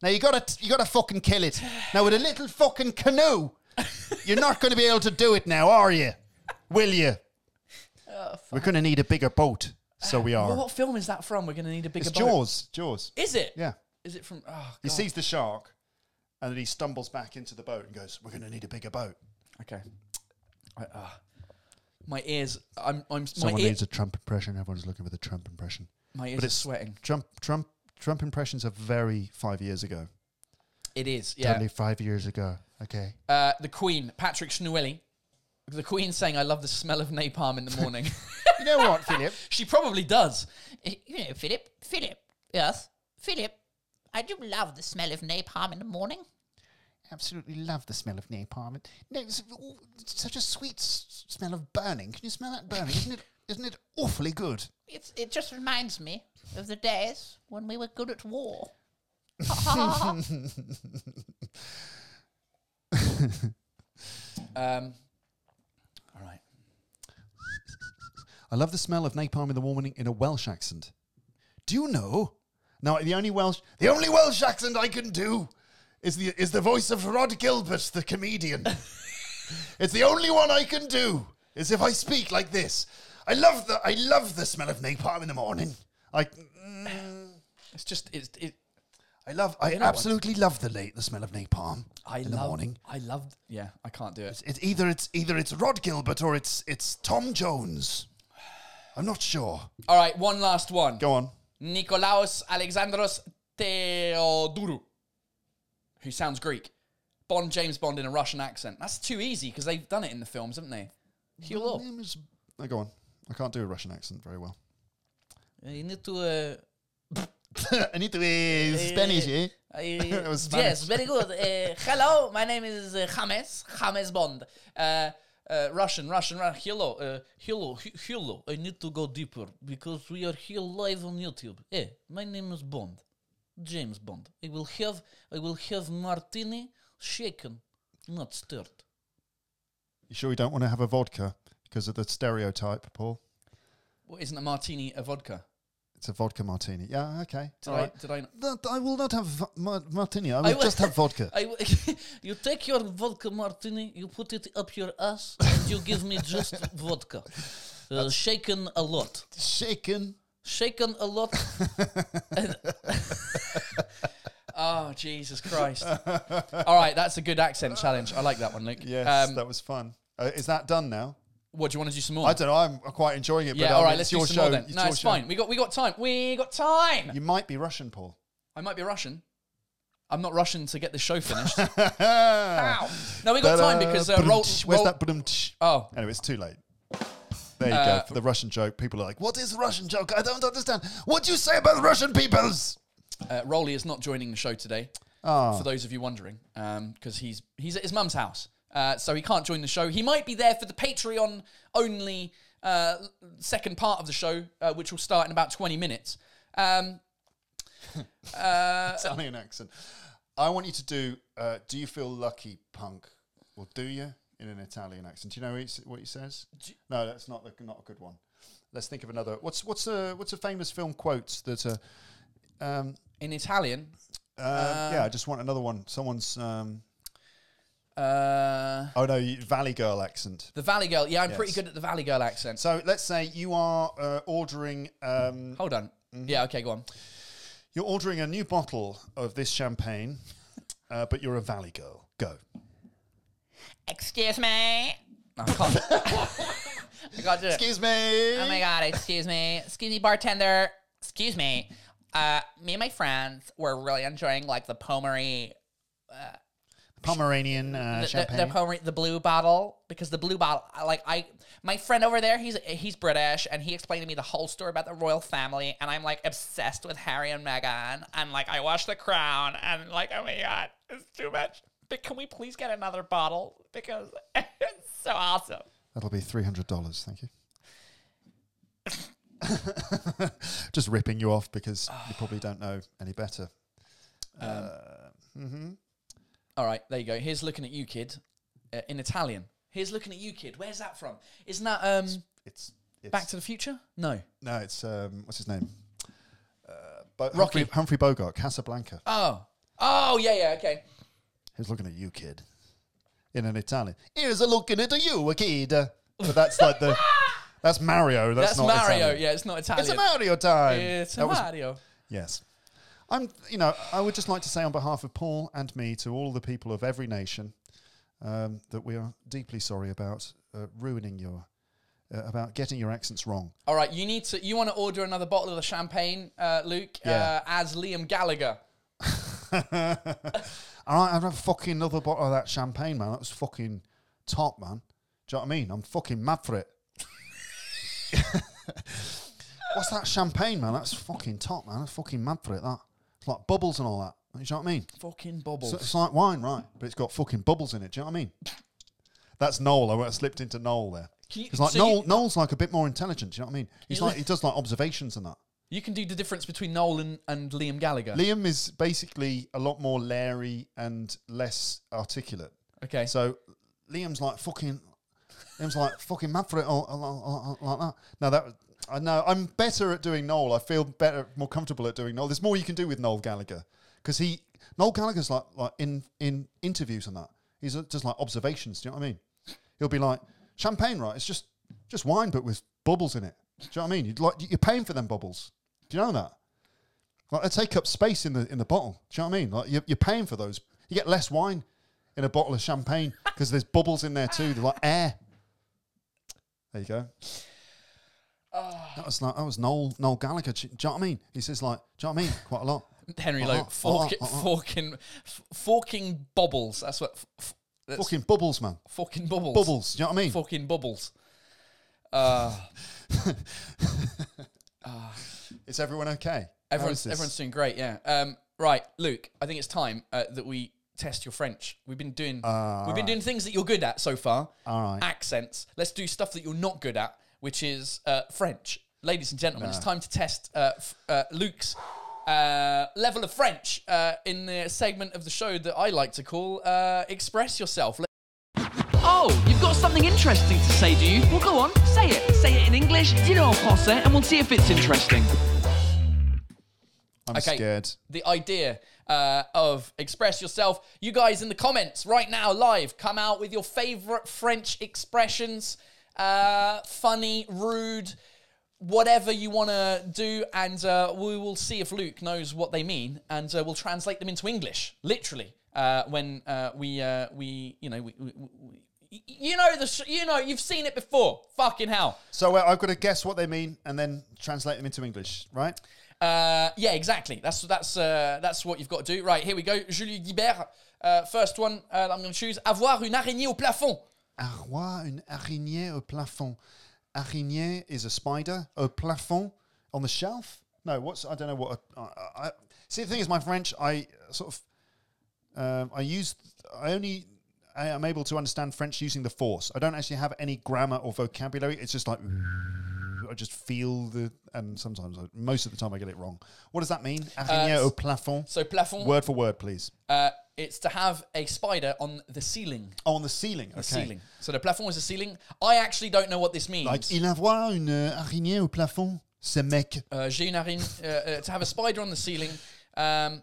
S2: Now you gotta you gotta fucking kill it. Now with a little fucking canoe, you're not gonna be able to do it now, are you? Will you? We're gonna need a bigger boat, so we are.
S1: Well, Oh, what film is that from? We're gonna need a bigger
S2: it's
S1: boat.
S2: Jaws. Jaws.
S1: Is it?
S2: Yeah.
S1: Is it from? Oh,
S2: He
S1: God.
S2: sees the shark, and then he stumbles back into the boat and goes, "We're gonna need a bigger boat."
S1: Okay. I, uh, my ears. I'm. I'm.
S2: Someone
S1: my, ear,
S2: needs a Trump impression. Everyone's looking for the Trump impression.
S1: my ears
S2: but
S1: are
S2: it's-
S1: sweating.
S2: Trump, Trump, Trump impressions are very five years ago.
S1: It is. Yeah.
S2: Only five years ago. Okay.
S1: Uh, the Queen, Patrick Schnuelli. The Queen saying, "I love the smell of napalm in the morning."
S2: You know what, Philip?
S1: she probably does.
S3: You know, Philip, Philip, yes, Philip, I do love the smell of napalm in the morning.
S2: Absolutely love the smell of napalm. It- No, it's, oh, it's such a sweet s- smell of burning. Can you smell that burning? Isn't it? Isn't it awfully good?
S3: It's, it just reminds me of the days when we were good at war.
S1: Um, all right.
S2: I love the smell of napalm in the morning in a Welsh accent. Do you know? Now the only Welsh, the only Welsh accent I can do is the is the voice of Rod Gilbert, the comedian. it's the only one I can do. Is if I speak like this. I love the I love the smell of napalm in the morning. I mm,
S1: It's just it's it.
S2: I love I absolutely love the late the smell of napalm
S1: I
S2: in
S1: love.
S2: the morning.
S1: I love. Yeah, I can't do it.
S2: It's either it's either it's Rod Gilbert or it's it's Tom Jones. I'm not sure.
S1: All right, one last one.
S2: Go on.
S1: Nikolaos Alexandros Theodoru, who sounds Greek. Bond, James Bond in a Russian accent. That's too easy because they've done it in the films, haven't they? Heal up.
S2: name is. No, go on. I can't do a Russian accent very well.
S1: You need to. Uh,
S2: I need to be Spanish, eh?
S1: Uh,
S2: was Spanish.
S5: Yes, very good. Uh, hello, my name is uh, James, James Bond.
S1: uh, uh, Russian, Russian, Russian. Hello, uh, hello, he- hello. I need to go deeper because we are here live on YouTube. Eh, my name is Bond, James Bond. I will have, I will have martini shaken, not stirred.
S2: You sure you don't want to have a vodka because of the stereotype, Paul?
S1: Well, isn't a martini a vodka?
S2: It's a vodka martini. Yeah, okay.
S1: Did
S2: All
S1: I?
S2: right.
S1: Did I?
S2: That- I will not have v- ma- martini. I will
S1: will-
S2: just have vodka.
S1: I w- you take your vodka martini, you put it up your ass, and you give me just vodka. Uh, shaken a lot.
S2: Shaken.
S1: Shaken a lot. oh, Jesus Christ. All right, that's a good accent challenge. I like that one, Luke.
S2: Yes,
S1: Um,
S2: that was fun. Uh, is that done now?
S1: what, do you want to do some more?
S2: I don't know. I'm quite enjoying it. but
S1: yeah, all
S2: um,
S1: right, let's
S2: it's
S1: do
S2: your
S1: some
S2: show.
S1: more then.
S2: It's
S1: no,
S2: your
S1: it's
S2: show.
S1: fine. We got, we got time. We got time.
S2: You might be Russian, Paul.
S1: I might be Russian. I'm not Russian to get this show finished.
S2: Ow.
S1: no, we got time because uh, roll,
S2: Where's
S1: roll-
S2: that? Ba-dum-tsh?
S1: Oh,
S2: Anyway, it's too late. There you
S1: Uh,
S2: go. For the Russian joke, people are like, "What is Russian joke? I don't understand. What do you say about Russian peoples?"
S1: uh, Rolly is not joining the show today.
S2: Ah.
S1: For those of you wondering, because he's he's at his mum's house, uh, so he can't join the show. He might be there for the Patreon only uh, second part of the show, uh, which will start in about 20 minutes. Um,
S2: Italian accent. I want you to do. Uh, do you feel lucky, punk? Or do you in an Italian accent? Do you know what he, s- what he says? No, that's not the, not a good one. Let's think of another. What's what's a what's a famous film quote that? Uh, um,
S1: in Italian,
S2: uh, yeah, I just want another one. Someone's. Um,
S1: uh,
S2: oh no, you- Valley Girl accent.
S1: the Valley Girl. Yeah, I'm pretty
S2: Yes.
S1: good at the Valley Girl accent.
S2: So let's say you are uh, ordering um,
S1: Hold on. Yeah, okay, go on.
S2: you're ordering a new bottle of this champagne, uh, but you're a Valley Girl. Go.
S3: Excuse me.
S1: I can't. I can't do it.
S2: Excuse me.
S3: Oh my god, excuse me. Excuse me, bartender. Excuse me. Uh, me and my friends were really enjoying like the Pomery,
S2: Pomeranian uh,
S3: the,
S2: champagne.
S3: the Pomery, the blue bottle because the blue bottle, I- like I, my friend over there, he's he's British and he explained to me the whole story about the royal family and I'm like obsessed with Harry and Meghan and like I watched The Crown and like oh my god, it's too much. But can we please get another bottle because it's so awesome.
S2: That'll be three hundred dollars. Thank you. Just ripping you off because you probably don't know any better.
S1: All right, there you go. Here's looking at you, kid, uh, in Italian. Here's looking at you, kid. Where's that from? Isn't that um
S2: It's, it's
S1: Back to the Future? No.
S2: no. It's um, what's his name? Uh, Bo-
S1: Rocky.
S2: Humphrey, Humphrey Bogart, Casablanca.
S1: Oh. Oh yeah, yeah. Okay.
S2: He's looking at you, kid. In an Italian. Here's a looking at you, a kid. But that's like the. That's Mario. That's,
S1: That's
S2: not
S1: Mario.
S2: Italian.
S1: Yeah, it's not Italian.
S2: It's a Mario time.
S1: It's a
S2: That was-
S1: Mario.
S2: Yes. I'm, you know, I would just like to say on behalf of Paul and me to all the people of every nation um, that we are deeply sorry about uh, ruining your, uh, about getting your accents wrong.
S1: All right, you need to. You want to order another bottle of the champagne, uh, Luke, uh,
S2: Yeah.
S1: as Liam Gallagher.
S2: All right, I'd have fucking another bottle of that champagne, man. That was fucking top, man. Do you know what I mean? I'm fucking mad for it. What's that champagne, man? That's fucking top, man. I'm fucking mad for it. That it's like bubbles and all that. Do you know what I mean?
S1: Fucking bubbles.
S2: So it's like wine, right? But it's got fucking bubbles in it. Do you know what I mean? That's Noel. I went- I slipped into Noel there.
S1: Can you-
S2: It's like
S1: so
S2: Noel.
S1: you-
S2: Noel's like a bit more intelligent. Do you know what I mean? He's
S1: You-
S2: like he does like observations and that.
S1: you can do the difference between Nolan and Liam Gallagher.
S2: Liam is basically a lot more leery and less articulate.
S1: okay.
S2: So Liam's like fucking. Liam's like fucking mad for it uh, all, all- all- all- all like that. No, that was- I know I'm better at doing Noel. I feel better, more comfortable at doing Noel. There's more you can do with Noel Gallagher because he Noel Gallagher's like like in in interviews and that he's uh, just like observations. Do you know what I mean? He'll be like champagne, right? It's just just wine, but with bubbles in it. Do you know what I mean? You'd like you're paying for them bubbles. Do you know that? Like they take up space in the in the bottle. Do you know what I mean? Like you're, you're paying for those. You get less wine in a bottle of champagne because there's bubbles in there too. They're like air. There you go. That was like that was Noel Noel Gallagher. Do you know what I mean? He says like, do you know what I mean? Quite a lot.
S1: Henry
S2: Oh,
S1: Lowe,
S2: oh,
S1: fork,
S2: oh, oh.
S1: forking, f- forking bubbles. That's what. F- f- that's
S2: Fucking bubbles, man.
S1: Fucking bubbles.
S2: Bubbles. Do you know what I mean?
S1: Fucking bubbles. Uh,
S2: Is everyone okay? How is
S1: everyone's
S2: this?
S1: everyone's doing great. Yeah. Um, right, Luke. I think it's time uh, that we test your French. We've been doing we've been doing things that you're good at so far.
S2: All right.
S1: Accents. Let's do stuff that you're not good at, which is uh, French. Ladies and gentlemen, it's time to test uh, f- uh, Luke's uh, level of French uh, in the segment of the show that I like to call uh, "Express Yourself."
S6: Oh, you've got something interesting to say, do you? Well, go on, say it. Say it in English, you know, Jose, and we'll see if it's interesting.
S2: I'm
S1: Okay.
S2: scared.
S1: the idea uh, of express yourself. You guys in the comments right now, live, come out with your favorite French expressions, uh, funny, rude, whatever you want to do, and uh, we will see if Luke knows what they mean, and uh, we'll translate them into English, literally. Uh, when uh, we uh, we you know we, we, we y- you know the sh- you know you've seen it before. Fucking hell.
S2: So uh, I've got to guess what they mean and then translate them into English, right?
S1: Uh, yeah, exactly. That's that's uh, that's what you've got to do. Right, here we go. Julie Guibert. Uh, first one uh, I'm going to choose. Avoir une araignée au plafond.
S2: Arroy, une araignée au plafond. Araignée is a spider. Au plafond, on the shelf. No, what's I don't know what. A, I, I, see, the thing is, my French, I sort of, um, I use, I only, I am able to understand French using the force. I don't actually have any grammar or vocabulary. It's just like, I just feel the, and sometimes, I, most of the time, I get it wrong. What does that
S1: Uh,
S2: mean? Araignée au plafond.
S1: So plafond,
S2: Word for word, please.
S1: uh, it's to have a spider on the ceiling.
S2: Oh, on the ceiling.
S1: The
S2: okay.
S1: ceiling. So the plafond is the ceiling. I actually don't know what this means.
S2: Like, il avoir une euh, araignée au plafond, ce mec.
S1: uh, j'ai une araignée, uh, uh, to have a spider on the ceiling. Um,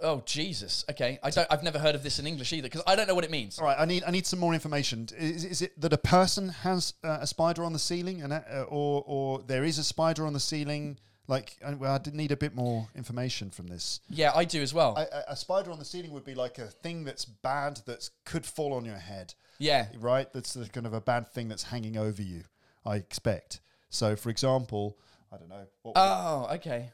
S1: oh Jesus. Okay, I don't. I've never heard of this in English either because I don't know what it means.
S2: All right, I need I need some more information. Is, is it that a person has uh, a spider on the ceiling, and a- uh, or or there is a spider on the ceiling? Like, I, well, I did need a bit more information from this.
S1: Yeah, I do as well.
S2: A, a- a spider on the ceiling would be like a thing that's bad that could fall on your head,
S1: yeah.
S2: right? That's the kind of a bad thing that's hanging over you. I expect. So, for example, I don't know. What,
S1: Oh, okay.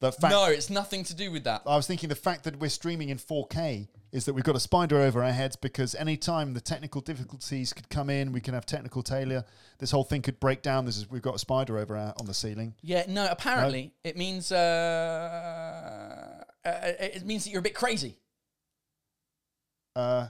S2: the fact
S1: No, it's nothing to do with that.
S2: I was thinking the fact that we're streaming in 4K is that we've got a spider over our heads because any time the technical difficulties could come in, we can have technical failure. This whole thing could break down. This is we've got a spider over our on the ceiling.
S1: Yeah, no. Apparently, it means uh, uh, it means that you're a bit crazy.
S2: Uh,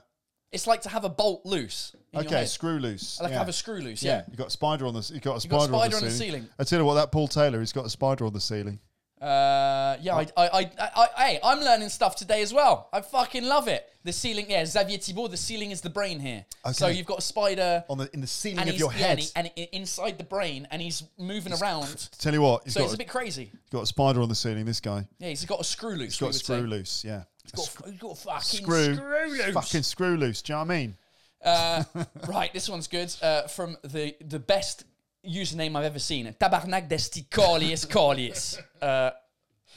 S1: It's like to have a bolt loose. In your
S2: okay,
S1: head.
S2: screw loose.
S1: like
S2: yeah.
S1: have a screw loose. Yeah.
S2: You got a spider on the. You got a
S1: got a
S2: spider,
S1: spider on the ceiling.
S2: I tell you what, that Paul Taylor, he's got a spider on the ceiling.
S1: Uh, yeah. I, I, I, I, I, hey, I'm learning stuff today as well. I fucking love it. The ceiling. Yeah, Xavier Thibault. The ceiling is the brain here. So
S2: Okay.
S1: you've got a spider
S2: On the in the ceiling
S1: and
S2: of
S1: he's
S2: your
S1: yeah,
S2: head.
S1: and, he- and i- inside the brain, and he's moving around.
S2: tell you what, he's
S1: So
S2: got
S1: it's
S2: a,
S1: a bit crazy.
S2: got a spider on the ceiling. This guy,
S1: Yeah, he's got a screw loose.
S2: he's
S1: we
S2: got a
S1: would
S2: screw
S1: say.
S2: loose. Yeah,
S1: He's got, a f- he's got a fucking
S2: screw,
S1: screw loose.
S2: fucking screw loose. Do you know what I mean?
S1: Right, this one's good. Uh, from the the best username I've ever seen. Tabarnak d'esti collies collies. Uh,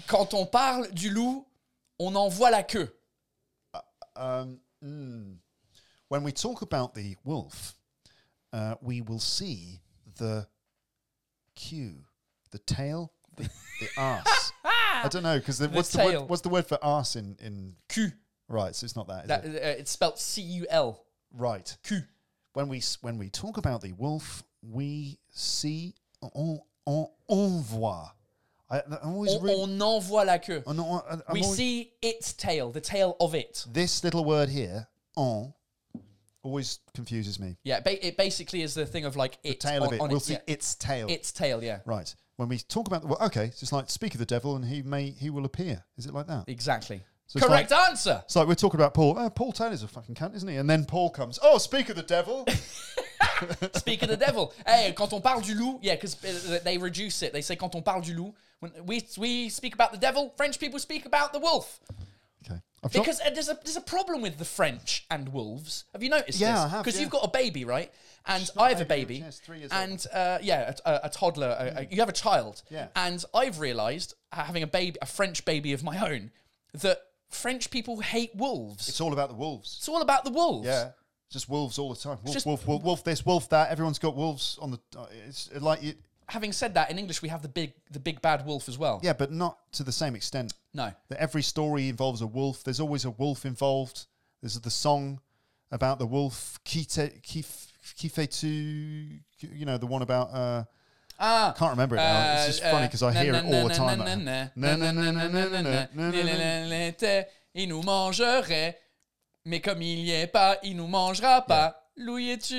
S1: quand on parle du loup, on en voit la queue.
S2: Um, mm. when we talk about the wolf, uh, we will see the Q, the tail, the, the arse. I don't know because what's the
S1: tail.
S2: word, what's the word for arse in in
S1: Q.
S2: right? So it's not that, is
S1: That, uh,
S2: it?
S1: it's spelled C U L.
S2: Right.
S1: Q.
S2: When we s- when we talk about the wolf, we see on on on voit. I, I'm always
S1: On,
S2: really-
S1: on en voit la queue.
S2: I'm not- I'm
S1: we
S2: always-
S1: see its tail, the tail of it.
S2: this little word here on always confuses me.
S1: Yeah, ba- it basically is the thing of like it.
S2: Tail
S1: on,
S2: of it.
S1: on
S2: We'll see
S1: yeah.
S2: its tail.
S1: its tail, yeah.
S2: Right. When we talk about the well, okay, so it's like speak of the devil and he may he will appear. Is it like that?
S1: Exactly.
S2: So it's
S1: Correct
S2: like-
S1: answer.
S2: It's like we're talking about Paul. Oh, Paul Taylor's a fucking cunt, isn't he? And then Paul comes. Oh, speak of the devil.
S1: Speak of the devil. Hey, quand on parle du loup, yeah, because they reduce it. They say quand on parle du loup, when we we speak about the devil. French people speak about the wolf
S2: okay. I've dropped-
S1: because uh, there's a there's a problem with the French and wolves. Have you noticed?
S2: Yeah,
S1: this?
S2: I have,
S1: Because
S2: yeah.
S1: you've got a baby, right? And I have a
S2: baby,
S1: baby,
S2: yes, three years old. Mm.
S1: and uh, yeah, a, a, a toddler. a- a- you have a child,
S2: Yeah.
S1: And I've realised uh, having a baby, a French baby of my own, that French people hate wolves.
S2: it's all about the wolves.
S1: It's all about the wolves.
S2: Yeah. Just wolves all the time. Wolf,
S1: just-
S2: wolf, wolf, wolf. This, wolf, that. Everyone's got wolves on the. Uh, it's like it.
S1: Having said that, in English we have the big the big bad wolf as well.
S2: Yeah, but not to the same extent.
S1: No.
S2: That every story involves a wolf. There's always a wolf involved. There's the song about the wolf. Qui te- qui f- qui fais-tu? You know the one about. Uh,
S1: Ah,
S2: Can't remember it now. It's just funny
S1: uh,
S2: 'cause I hear it all the time.
S1: time. Il nous mangerait, mais comme il y est pas, il nous mangera pas. Louis es-tu?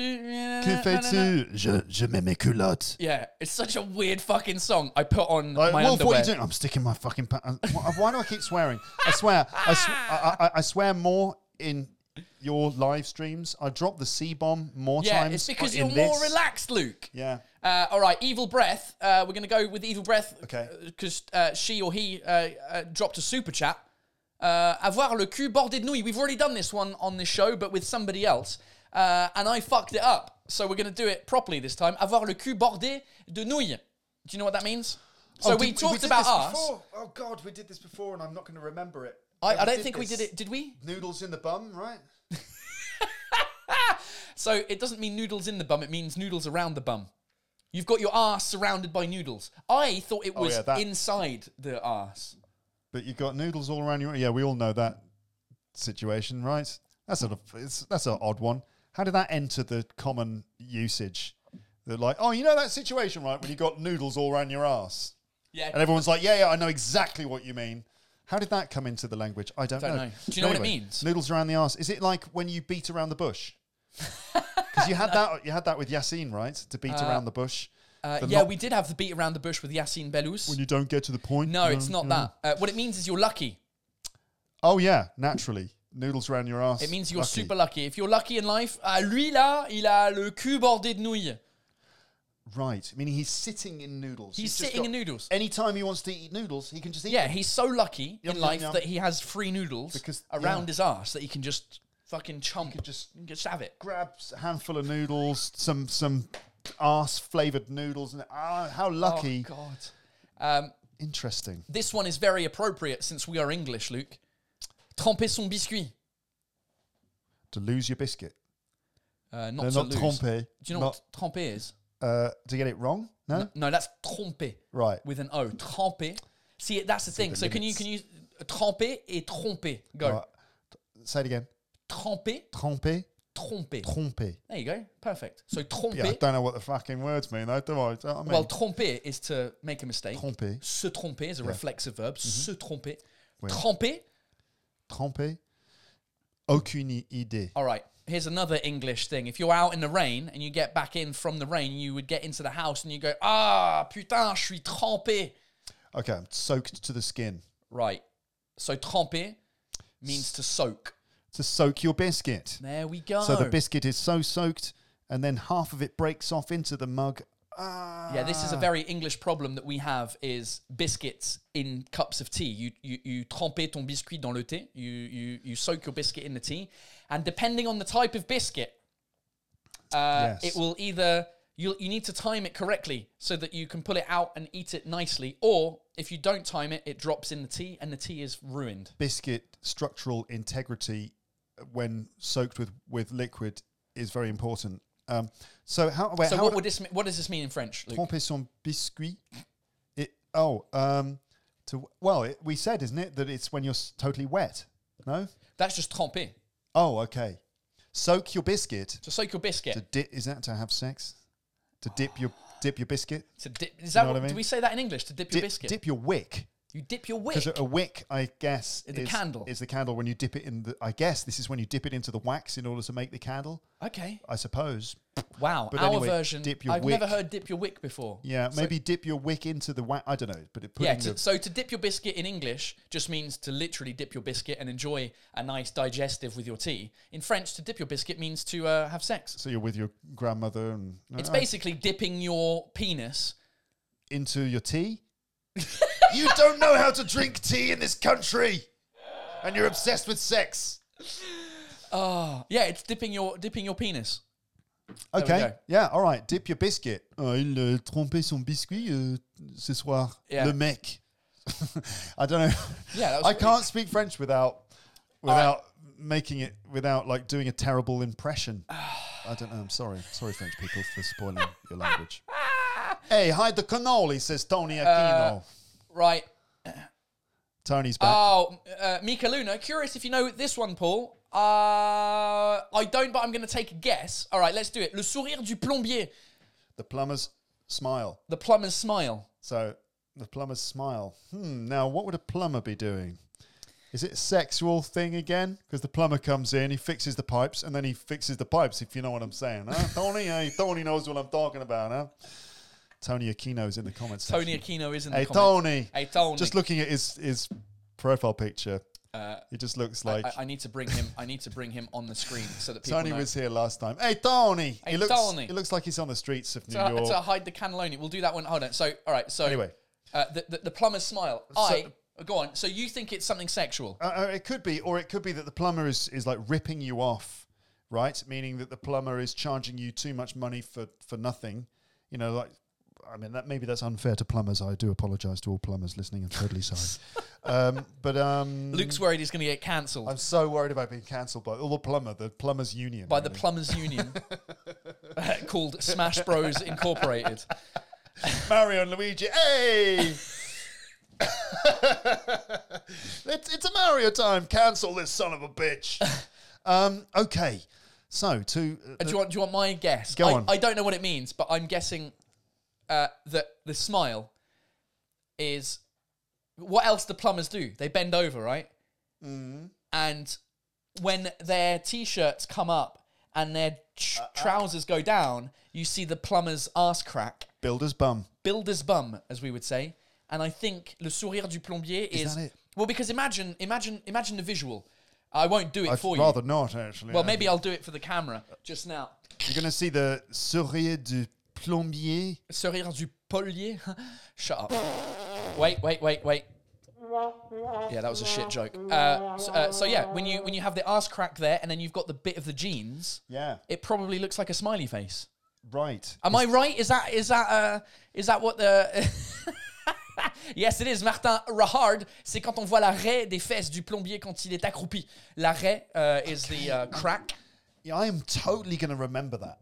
S2: Que fais-tu? Je, je mets mes culottes.
S1: Yeah, it's such a weird fucking song. I put on
S2: Like,
S1: my
S2: Wolf, what are
S1: underwear.
S2: you doing? I'm sticking my fucking pants. Why, why do I keep swearing? I swear. I, sw- I, I, I swear more in your live streams. I drop the C bomb more
S1: Yeah,
S2: times.
S1: it's because
S2: in
S1: you're more
S2: this.
S1: relaxed, Luke.
S2: Yeah.
S1: Uh, all right, Evil Breath. Uh, we're going to go with Evil Breath.
S2: Okay.
S1: Because uh, she or he uh, uh, dropped a super chat. Uh, avoir le cul bordé de nouilles. We've already done this one on this show, but with somebody else. Uh, and I fucked it up. So we're going to do it properly this time. Avoir le cul bordé de nouilles. Do you know what that means? So
S2: Oh,
S1: we
S2: did-
S1: talked
S2: did
S1: about
S2: this
S1: us.
S2: before. Oh God, we did this before, and I'm not going to remember it.
S1: I,
S2: Yeah,
S1: I don't think we
S2: this.
S1: did it. Did we?
S2: Noodles in the bum, right?
S1: So it doesn't mean noodles in the bum, it means noodles around the bum. You've got your arse surrounded by noodles. I thought it was
S2: Oh, yeah, that-
S1: inside the arse.
S2: But you got noodles all around you. Yeah, we all know that situation, right? That's a it's, that's an odd one. How did that enter the common usage? They're like, oh, you know that situation, right? When you got noodles all around your ass,
S1: Yeah.
S2: and everyone's like, yeah, yeah, I know exactly what you mean. How did that come into the language? I don't,
S1: Don't know. Do you know what it means?
S2: Noodles around the ass. Is it like when you beat around the bush? Because you had that, you had that with Yassine, right? To beat around the bush.
S1: Uh,
S2: The
S1: yeah,
S2: knock-
S1: we did have the beat around the bush with Yassine Belous.
S2: When you don't get to the point.
S1: no, it's
S2: you Mm-hmm.
S1: not
S2: know.
S1: that. Uh, what it means is you're lucky.
S2: Oh yeah, naturally. Noodles around your ass.
S1: It means you're
S2: Lucky.
S1: super lucky. If you're lucky in life, ah, lui là, il a le cul bordé de nouilles.
S2: Right. I mean, he's sitting in noodles.
S1: He's
S2: just
S1: sitting
S2: got-
S1: in noodles.
S2: Anytime he wants to eat noodles, he can just eat.
S1: Yeah,
S2: them.
S1: he's so lucky in
S2: Yum, yum,
S1: life
S2: yum.
S1: that he has free noodles
S2: Because-
S1: around
S2: yeah.
S1: his ass that he can just fucking chomp.
S2: just-
S1: just have it.
S2: grabs a handful of noodles, some some ass flavored noodles, and ah, how lucky.
S1: Oh, God. Um,
S2: Interesting.
S1: This one is very appropriate since we are English, Luke. Tremper son biscuit.
S2: To lose your biscuit.
S1: Uh, not
S2: No,
S1: to
S2: not
S1: lose.
S2: tromper.
S1: Do you know
S2: Not-
S1: what tremper is?
S2: Uh, to get it wrong? No.
S1: No, that's tromper.
S2: Right.
S1: With an O. Tremper. See, that's the thing.
S2: the
S1: so can you
S2: limits.
S1: can you tremper et tromper? Go.
S2: Right. Say it again.
S1: Tremper,
S2: Tromper.
S1: tromper.
S2: Tromper.
S1: There you go. Perfect. So tromper.
S2: Yeah, I don't know what the fucking words mean, though, do I? Do you know what I mean?
S1: well, tromper is to make a mistake.
S2: tromper.
S1: Se tromper is a reflexive verb.
S2: Mm-hmm.
S1: Se tromper.
S2: Ouais.
S1: Tremper.
S2: Tromper. Aucune idée.
S1: All right. Here's another English thing. If you're out in the rain and you get back in from the rain, you would get into the house and you go, ah, putain, je suis trempé.
S2: Okay, I'm soaked to the skin.
S1: Right. So trempé means to soak.
S2: To soak your biscuit.
S1: There we go.
S2: So the biscuit is so soaked, and then half of it breaks off into the mug. Ah,
S1: yeah, this uh, is a very English problem that we have is biscuits in cups of tea. You you you tremper ton biscuit dans le thé. You you you soak your biscuit in the tea, and depending on the type of biscuit, uh,
S2: Ah, Yes.
S1: it will either you you need to time it correctly so that you can pull it out and eat it nicely, or if you don't time it, it drops in the tea and the tea is ruined.
S2: biscuit structural integrity uh, when soaked with with liquid is very important. Um, so how? Wait,
S1: So
S2: how
S1: what
S2: would
S1: would this me- what does this mean in French? Luke?
S2: tromper son biscuit? It oh um to well it, we said isn't it that it's when you're s- totally wet? No.
S1: That's just tremper.
S2: Oh okay. Soak your biscuit.
S1: To soak your biscuit.
S2: To dip is that to have sex? To dip your dip your biscuit.
S1: to dip, is that
S2: know
S1: what,
S2: what I mean?
S1: do we say that in English? To dip your
S2: Dip,
S1: biscuit.
S2: dip your wick.
S1: You dip your wick.
S2: Because a wick, I guess,
S1: It's a
S2: is-
S1: candle.
S2: Is the candle when you dip it in the? I guess this is when you dip it into the wax in order to make the candle.
S1: Okay.
S2: I suppose.
S1: Wow.
S2: But
S1: Our
S2: anyway,
S1: version.
S2: dip your
S1: I've
S2: wick.
S1: never heard dip your wick before.
S2: Yeah,
S1: So-
S2: maybe dip your wick into the wax. I don't know, but it put
S1: yeah.
S2: in
S1: To,
S2: the,
S1: so to dip your biscuit in English just means to literally dip your biscuit and enjoy a nice digestive with your tea. In French, to dip your biscuit means to uh, have sex.
S2: so you're with your grandmother and
S1: It's
S2: uh,
S1: basically dipping your penis.
S2: into your tea. you don't know how to drink tea in this country, and you're obsessed with sex. Ah.
S1: Yeah, it's dipping your dipping your penis. we
S2: Okay,
S1: go.
S2: yeah, all right. Dip your biscuit. Oh, il euh, trompait son biscuit euh, ce soir.
S1: Yeah.
S2: Le mec. I don't know.
S1: Yeah, that was
S2: I can't speak French without without making it without like doing a terrible impression. I don't know. I'm sorry. Sorry, French people, for spoiling your language. Hey, hide the cannoli, says Tony Aquino.
S1: right.
S2: Tony's back.
S1: Oh, uh, Mika Luna, curious if you know this one, Paul. Uh, I don't, but I'm going to take a guess. All right, let's do it. Le sourire du plombier,
S2: the plumber's smile.
S1: the plumber's smile.
S2: So the plumber's smile. Hmm. Now, what would a plumber be doing? Is it a sexual thing again? Because the plumber comes in, he fixes the pipes, and then he fixes the pipes. If you know what I'm saying, huh? Tony, hey, Tony knows what I'm talking about, huh? Tony Aquino's in the comments.
S1: Tony
S2: section.
S1: Aquino is in the
S2: Hey
S1: comments.
S2: Tony.
S1: Hey, Tony.
S2: Just looking at his his profile picture. he just looks like
S1: Uh, I, I need to bring him. I need to bring him on the screen so that people
S2: Tony
S1: know.
S2: was here last time. Hey, Tony.
S1: Hey,
S2: he looks,
S1: Tony.
S2: He looks like he's on the streets of New
S1: to,
S2: York.
S1: to hide the cannelloni. We'll do that one. Hold on. So, all right. So,
S2: Anyway.
S1: uh, the, the the plumber's smile. I go on. So you think it's something sexual?
S2: Uh, uh, it could be, or it could be that the plumber is, is like ripping you off, right? Meaning that the plumber is charging you too much money for, for nothing. You know, like, I mean, that maybe that's unfair to plumbers. I do apologize to all plumbers listening. I'm totally sorry. um, but um,
S1: Luke's worried he's going to get cancelled
S2: I'm so worried about being cancelled by all the plumber, the plumbers union.
S1: by the
S2: really.
S1: plumbers union uh, called Smash Bros Incorporated.
S2: Mario and Luigi. Hey! it's, it's a Mario time. Cancel this son of a bitch. um, okay. So, to.
S1: Uh, do you want do you want my guess?
S2: Go
S1: I,
S2: on.
S1: I don't know what it means, but I'm guessing uh, that the smile is what else the plumbers do? They bend over, right?
S2: Mm-hmm.
S1: And when their t-shirts come up and their
S2: Uh,
S1: tr- trousers go down, you see the plumber's ass crack,
S2: Builder's bum.
S1: builder's bum, as we would say. And I think le sourire du plombier is,
S2: that it?
S1: well because imagine imagine imagine the visual. I won't do it
S2: I'd
S1: for you.
S2: rather not, actually.
S1: well, maybe I'll do it for the camera just now.
S2: You're going to see the sourire du plombier.
S1: Sourire du polier. Shut up. Wait, wait, wait, wait. Yeah, that was a shit joke. Uh, so, uh, so yeah, when you when you have the ass crack there, and then you've got the bit of the jeans,
S2: Yeah.
S1: it probably looks like a smiley face.
S2: Right.
S1: Am I right? Is that is that uh, is that what the? yes, it is. Martin Rahard. C'est quand on voit l'arrêt des fesses du plombier quand il est accroupi. L'arrêt uh, is the uh, crack.
S2: Yeah, I am totally going to remember that.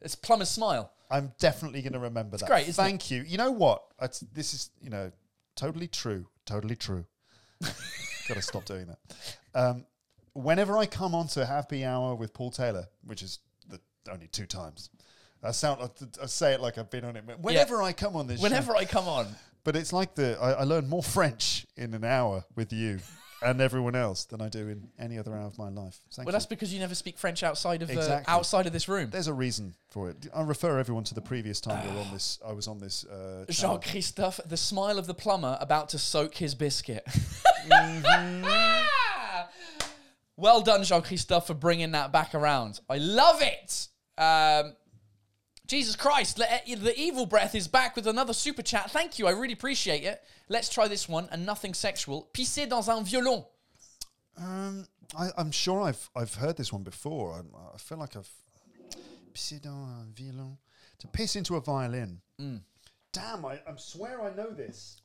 S1: It's plumber's smile.
S2: I'm definitely going to remember that.
S1: great, isn't it?
S2: Thank you. You know what? That's, this is, you know, totally true. Totally true. Got to stop doing that. Um, whenever I come on to Happy Hour with Paul Taylor, which is the only two times, I sound like I say it like I've been on it. but Whenever I come on this, show-
S1: Whenever I come on,
S2: but it's like the I, I learn more French in an hour with you and everyone else than I do in any other hour of my life. Thank
S1: well,
S2: you.
S1: that's because you never speak French outside of uh,
S2: Exactly.
S1: outside of this room.
S2: There's a reason for it. I refer everyone to the previous time we were on
S1: Ah.
S2: this. I was on this. Uh,
S1: Jean
S2: channel.
S1: Christophe, the smile of the plumber about to soak his biscuit.
S2: Mm-hmm.
S1: well done, Jean Christophe, for bringing that back around. I love it. Um, Jesus Christ, le- eh, the evil breath is back with another super chat. Thank you, I really appreciate it. Let's try this one and nothing sexual. Pisser dans un violon.
S2: Um, I, I'm sure I've I've heard this one before. I, I feel like I've pisser dans un violon to piss into a violin.
S1: Mm.
S2: Damn, I, I swear I know this.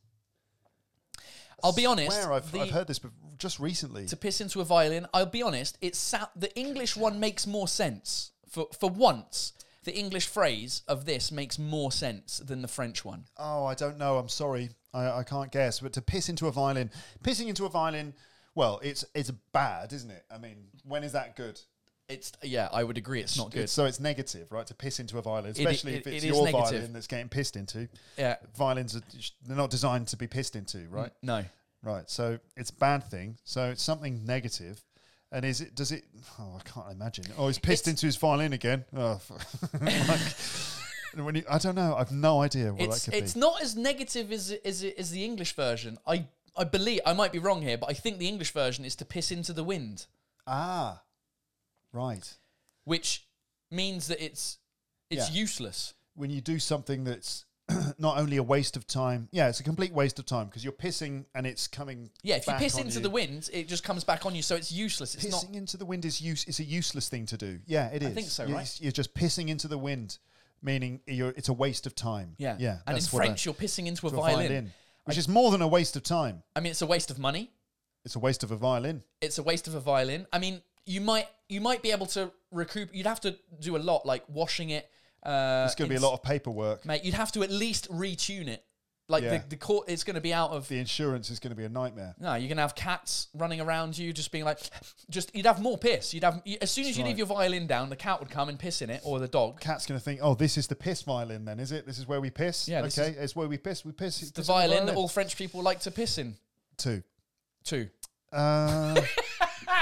S1: I'll be honest.
S2: Swear I've,
S1: the-
S2: I've heard this bef- just recently.
S1: to piss into a violin. I'll be honest, it sa- the English one makes more sense for for once. The English phrase of this makes more sense than the French one.
S2: oh, I don't know. I'm sorry. I, I can't guess. But to piss into a violin, pissing into a violin. Well, it's it's bad, isn't it? I mean, when is that good?
S1: It's yeah, I would agree. It's not good.
S2: It's, so it's negative, right? To piss into a violin,
S1: i-
S2: especially
S1: it-
S2: if it's
S1: it is
S2: your
S1: negative.
S2: violin that's getting pissed into.
S1: Yeah.
S2: violins are they're not designed to be pissed into,
S1: Mm.
S2: right?
S1: no,
S2: Right. So it's a bad thing. So it's something negative. And is it? Does it? Oh, I can't imagine. Oh, he's pissed into his violin again. Oh, f- like, when you, I don't know. I've no idea what
S1: it's
S2: that could
S1: it's
S2: be.
S1: not as negative as as as the English version. I I believe I might be wrong here, but I think the English version is to piss into the wind,
S2: ah, right.
S1: which means that it's it's
S2: Yeah.
S1: useless.
S2: When you do something that's not only a waste of time. Yeah, it's a complete waste of time because you're pissing and it's coming.
S1: Yeah, if you
S2: back
S1: piss
S2: on
S1: into
S2: you.
S1: the wind, it just comes back on you, so it's useless. It's not
S2: pissing into the wind is use is a useless thing to do. Yeah, it is.
S1: think so,
S2: You-
S1: right?
S2: You're just pissing into the wind, meaning you're it's a waste of time.
S1: yeah
S2: yeah.
S1: And in
S2: that's what
S1: French,
S2: a-
S1: you're pissing into a
S2: to
S1: violin.
S2: which is more than a waste of time.
S1: I mean, it's a waste of money.
S2: It's a waste of a violin.
S1: it's a waste of a violin. I mean, you might you might be able to recoup. You'd have to do a lot, like washing it. Uh,
S2: It's going to be a lot of paperwork.
S1: mate. You'd have to at least retune it. Like
S2: Yeah.
S1: the the court, it's going to be out of.
S2: The insurance is going to be a nightmare.
S1: no, you're gonna have cats running around you, just being like, just you'd have more piss. You'd have you, as soon as you leave
S2: right.
S1: your violin down, the cat would come and piss in it, or the dog.
S2: Cat's going to think, "Oh, this is the piss violin, then, is it? This is where we piss.
S1: Yeah, this
S2: okay, it's where we piss. We piss.
S1: the violin that all French people like to piss in
S2: two.
S1: too.
S2: Uh,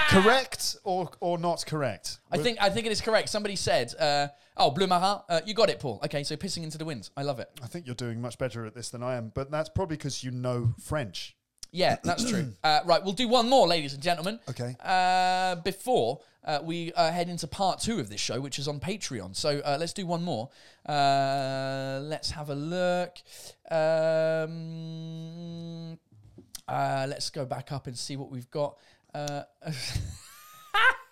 S2: correct or or not correct?
S1: I think I think it is correct. Somebody said, uh, "Oh, Blue Marin, uh, you got it, Paul." Okay, so pissing into the wind. I love it.
S2: I think you're doing much better at this than I am, but that's probably because you know French.
S1: Yeah, that's true. Uh, right, we'll do one more, ladies and gentlemen.
S2: Okay.
S1: Uh, before uh, we uh, head into part two of this show, which is on Patreon. So uh, let's do one more. Uh, let's have a look. Um, uh, let's go back up and see what we've got. Uh,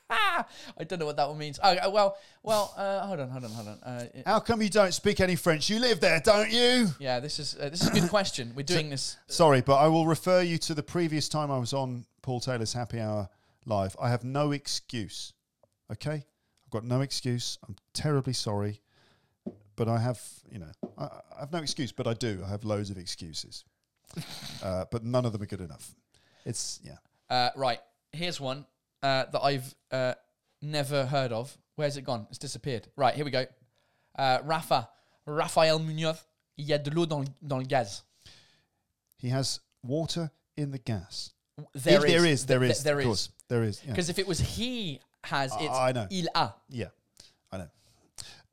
S1: I don't know what that one means. Oh, uh, well, well, uh, hold on, hold on, hold on. Uh, it-
S2: How come you don't speak any French? You live there, don't you?
S1: yeah, this is uh, this is a good question. We're doing this.
S2: Sorry, but I will refer you to the previous time I was on Paul Taylor's Happy Hour live. I have no excuse. Okay? I've got no excuse. I'm terribly sorry. But I have, you know, I, I have no excuse, but I do. I have loads of excuses. uh, but none of them are good enough. It's, yeah.
S1: Uh, right, here's one uh, that I've uh, never heard of. Where's it gone? It's disappeared. Right, here we go. Uh, Rafa, Rafael Munoz, il y a de l'eau dans, le- dans le gaz.
S2: He has water in the gas.
S1: There
S2: If there is, there
S1: Th-
S2: is.
S1: there
S2: of
S1: is.
S2: course. There is. Yeah.
S1: Because if it was he has, it's
S2: I know.
S1: il a.
S2: Yeah, I know.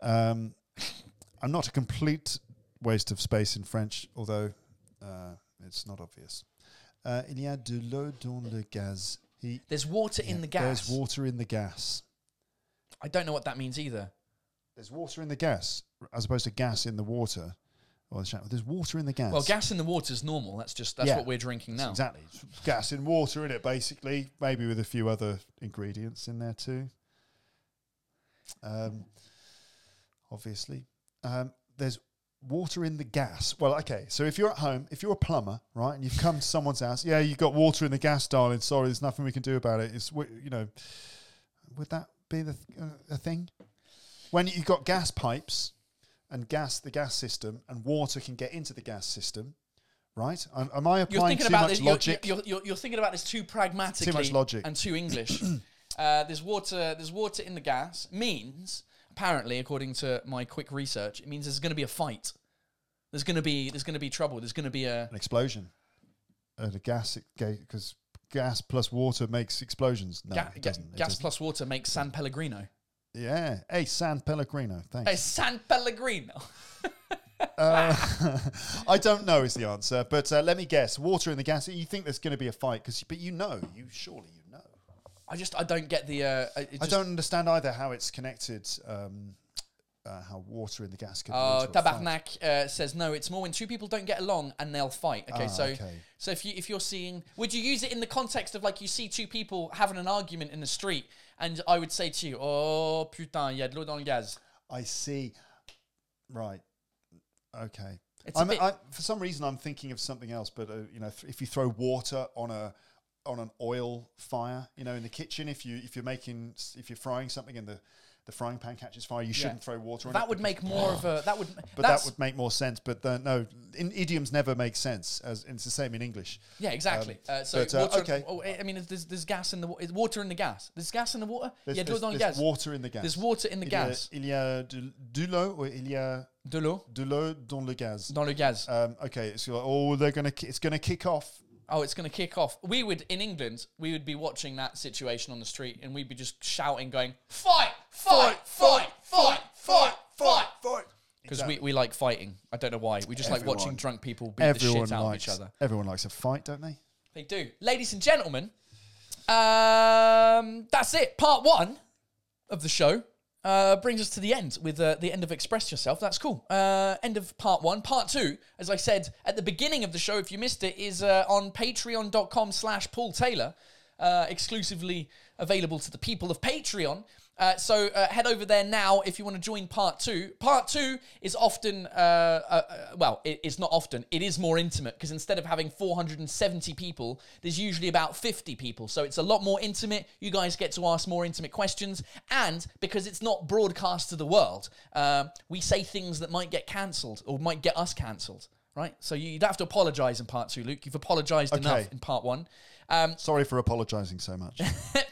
S2: Um, I'm not a complete waste of space in French, although uh, it's not obvious. Uh, il y a de l'eau dans le gaz. He,
S1: There's water in the gas.
S2: There's water in the gas.
S1: I don't know what that means either.
S2: There's water in the gas, as opposed to gas in the water. Or the sha- there's water in the gas.
S1: Well, gas in the water is normal. That's just that's
S2: Yeah.
S1: what we're drinking now.
S2: Exactly. It's gas in water in it, basically. Maybe with a few other ingredients in there too. Um, obviously, um, there's water in the gas. Well, okay. So if you're at home, if you're a plumber, right, and you've come to someone's house, yeah, you've got water in the gas, darling. Sorry, there's nothing we can do about it. It's wi- you know, would that be the th- uh, a thing when you've got gas pipes and gas the gas system and water can get into the gas system? Right? Am, am I
S1: You're
S2: applying
S1: thinking
S2: too
S1: about
S2: much
S1: this. You're,
S2: logic?
S1: you're, you're, you're thinking about this too pragmatically.
S2: logic.
S1: and too English. uh, there's water. There's water in the gas. Means apparently, according to my quick research, it means there's going to be a fight. There's going to be there's going to be trouble. There's going to be a
S2: an explosion. Uh, the gas because gas plus water makes explosions. No,
S1: ga-
S2: it
S1: ga-
S2: doesn't. It
S1: gas
S2: doesn't.
S1: plus water makes San Pellegrino.
S2: Yeah. Hey, San Pellegrino.
S1: Hey,
S2: Thanks.
S1: San Pellegrino.
S2: Uh, I don't know is the answer, but uh, let me guess. Water in the gas. You think there's going to be a fight, because but you know, you surely you know.
S1: I just I don't get the. Uh, it
S2: I
S1: just-
S2: don't understand either how it's connected. Um, uh, how water in the gas can.
S1: Oh,
S2: lead to a fight.
S1: Tabarnak uh, says no. It's more when two people don't get along and they'll fight. Okay,
S2: Ah,
S1: so
S2: okay.
S1: so if you if you're seeing, would you use it in the context of like you see two people having an argument in the street, and I would say to you, oh putain, il y a de l'eau dans le gaz.
S2: I see. Right. Okay.
S1: It's a
S2: I'm,
S1: bit-
S2: I, for some reason, I'm thinking of something else. But uh, you know, th- if you throw water on a on an oil fire, you know, in the kitchen, if you if you're making s- if you're frying something and the the frying pan catches fire, you shouldn't throw water on it.
S1: That would make
S2: because-
S1: more of a that would.
S2: But
S1: that's,
S2: that would make more sense. But the, no, in, idioms never make sense. As it's the same in English.
S1: yeah, exactly. uh, so
S2: but, uh,
S1: water,
S2: okay.
S1: oh, I I mean, there's, there's gas in the wa- is water in the gas. There's gas in the water.
S2: There's,
S1: yeah, de l'eau
S2: there's,
S1: dans le
S2: there's
S1: gaz.
S2: water in the gas.
S1: There's water in the
S2: il
S1: gas.
S2: Y a, il y a de, de l'eau or il y a
S1: De l'eau
S2: de l'eau dans le gaz.
S1: dans le gaz.
S2: Um, okay, it's like, oh, they're gonna, ki- it's gonna kick off.
S1: Oh, it's going to kick off. We would in England, we would be watching that situation on the street, and we'd be just shouting, going, "Fight! Fight! Fight! Fight! Fight! Fight!"
S2: fight.
S1: Because we, we like fighting. I don't know why. We just like watching
S2: Everyone-
S1: drunk people beat the
S2: Everyone
S1: shit out
S2: likes,
S1: of each other.
S2: everyone likes a fight, don't they?
S1: They do, ladies and gentlemen. Um, that's it. Part one of the show uh, brings us to the end with uh, the end of Express Yourself. That's cool. Uh, end of part one. Part two, as I said at the beginning of the show, if you missed it, is uh, on patreon.com slash Paul Taylor, uh, exclusively available to the people of Patreon. Uh, so uh, head over there now if you want to join part two. Part two is often, uh, uh, uh, well, it, it's not often, it is more intimate because instead of having 470 people, there's usually about 50 people. So it's a lot more intimate. You guys get to ask more intimate questions. And because it's not broadcast to the world, uh, we say things that might get cancelled or might get us cancelled. Right, so you, you don't have to apologise in part two, Luke. You've apologised
S2: Okay.
S1: enough in part one. Um,
S2: Sorry for apologising so much.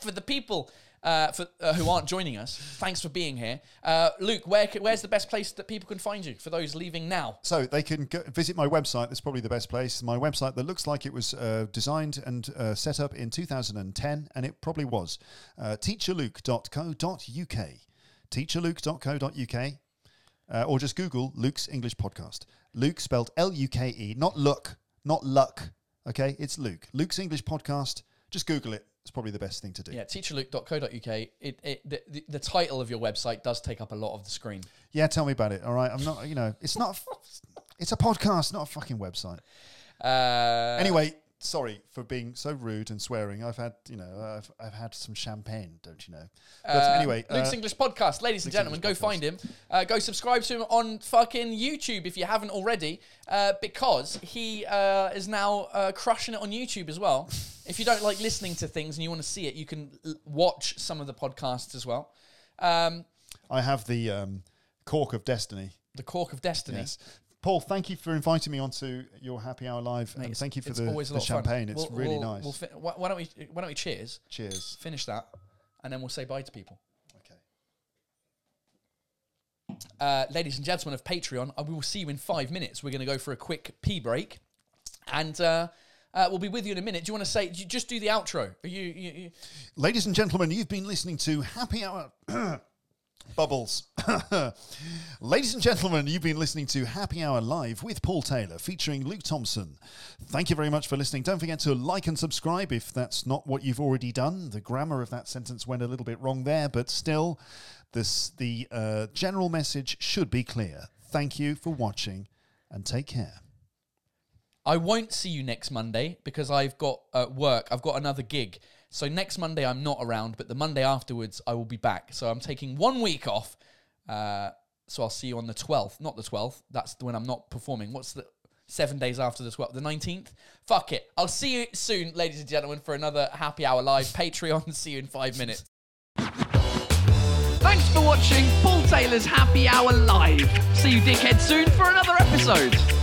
S1: for the people uh, for, uh, who aren't joining us, thanks for being here. Uh, Luke, where, ca- where's the best place that people can find you for those leaving now?
S2: so they can go, visit my website. That's probably the best place. My website that looks like it was uh, designed and uh, set up in 2010, and it probably was. Uh, teacherluke.co.uk. Teacherluke.co.uk. Uh, or just Google Luke's English podcast. Luke spelled L U K E, not look, not luck. Okay, it's Luke. Luke's English podcast. Just Google it. It's probably the best thing to do.
S1: Yeah, teacherluke.co.uk. It, it the, the, the title of your website does take up a lot of the screen.
S2: Yeah, tell me about it. All right, I'm not. You know, it's not. It's a podcast, not a fucking website.
S1: Uh,
S2: Anyway, sorry for being so rude and swearing. I've had, you know, I've, I've had some champagne, don't you know? But anyway,
S1: Luke's
S2: uh,
S1: English podcast, ladies and
S2: Luke's
S1: gentlemen, go
S2: English
S1: find him. Uh, go subscribe to him on fucking YouTube if you haven't already, uh, because he uh, is now uh, crushing it on YouTube as well. if you don't like listening to things and you want to see it, you can l- watch some of the podcasts as well. Um,
S2: I have the um, cork of destiny.
S1: the Cork of Destiny.
S2: Yes. Paul, thank you for inviting me onto your happy hour live, and
S1: It's-
S2: thank you for
S1: it's
S2: the,
S1: always a
S2: the
S1: lot of fun.
S2: champagne. It's
S1: We'll-
S2: really
S1: we'll-
S2: nice.
S1: we'll fi- why why don't we? Why don't we cheers?
S2: Cheers.
S1: Finish that, and then we'll say bye to people.
S2: Okay.
S1: uh, ladies and gentlemen of Patreon, uh, we will see you in five minutes. We're going to go for a quick pee break, and uh, uh, we'll be with you in a minute. Do you want to say? do you just do the outro. Are you, you, you
S2: Ladies and gentlemen, you've been listening to Happy Hour. Bubbles. Ladies and gentlemen, you've been listening to Happy Hour Live with Paul Taylor featuring Luke Thompson. Thank you very much for listening. Don't forget to like and subscribe if that's not what you've already done. The grammar of that sentence went a little bit wrong there, but still, this, the uh, general message should be clear. Thank you for watching and take care.
S1: I won't see you next Monday because I've got uh, work. I've got another gig. So next Monday I'm not around, but the Monday afterwards I will be back. So I'm taking one week off. Uh, so I'll see you on the 12th, not the 12th. That's when I'm not performing. What's the seven days after the 12th? The 19th? Fuck it. I'll see you soon, ladies and gentlemen, for another Happy Hour Live Patreon. see you in five minutes.
S6: Thanks for watching Paul Taylor's Happy Hour Live. See you dickhead soon for another episode.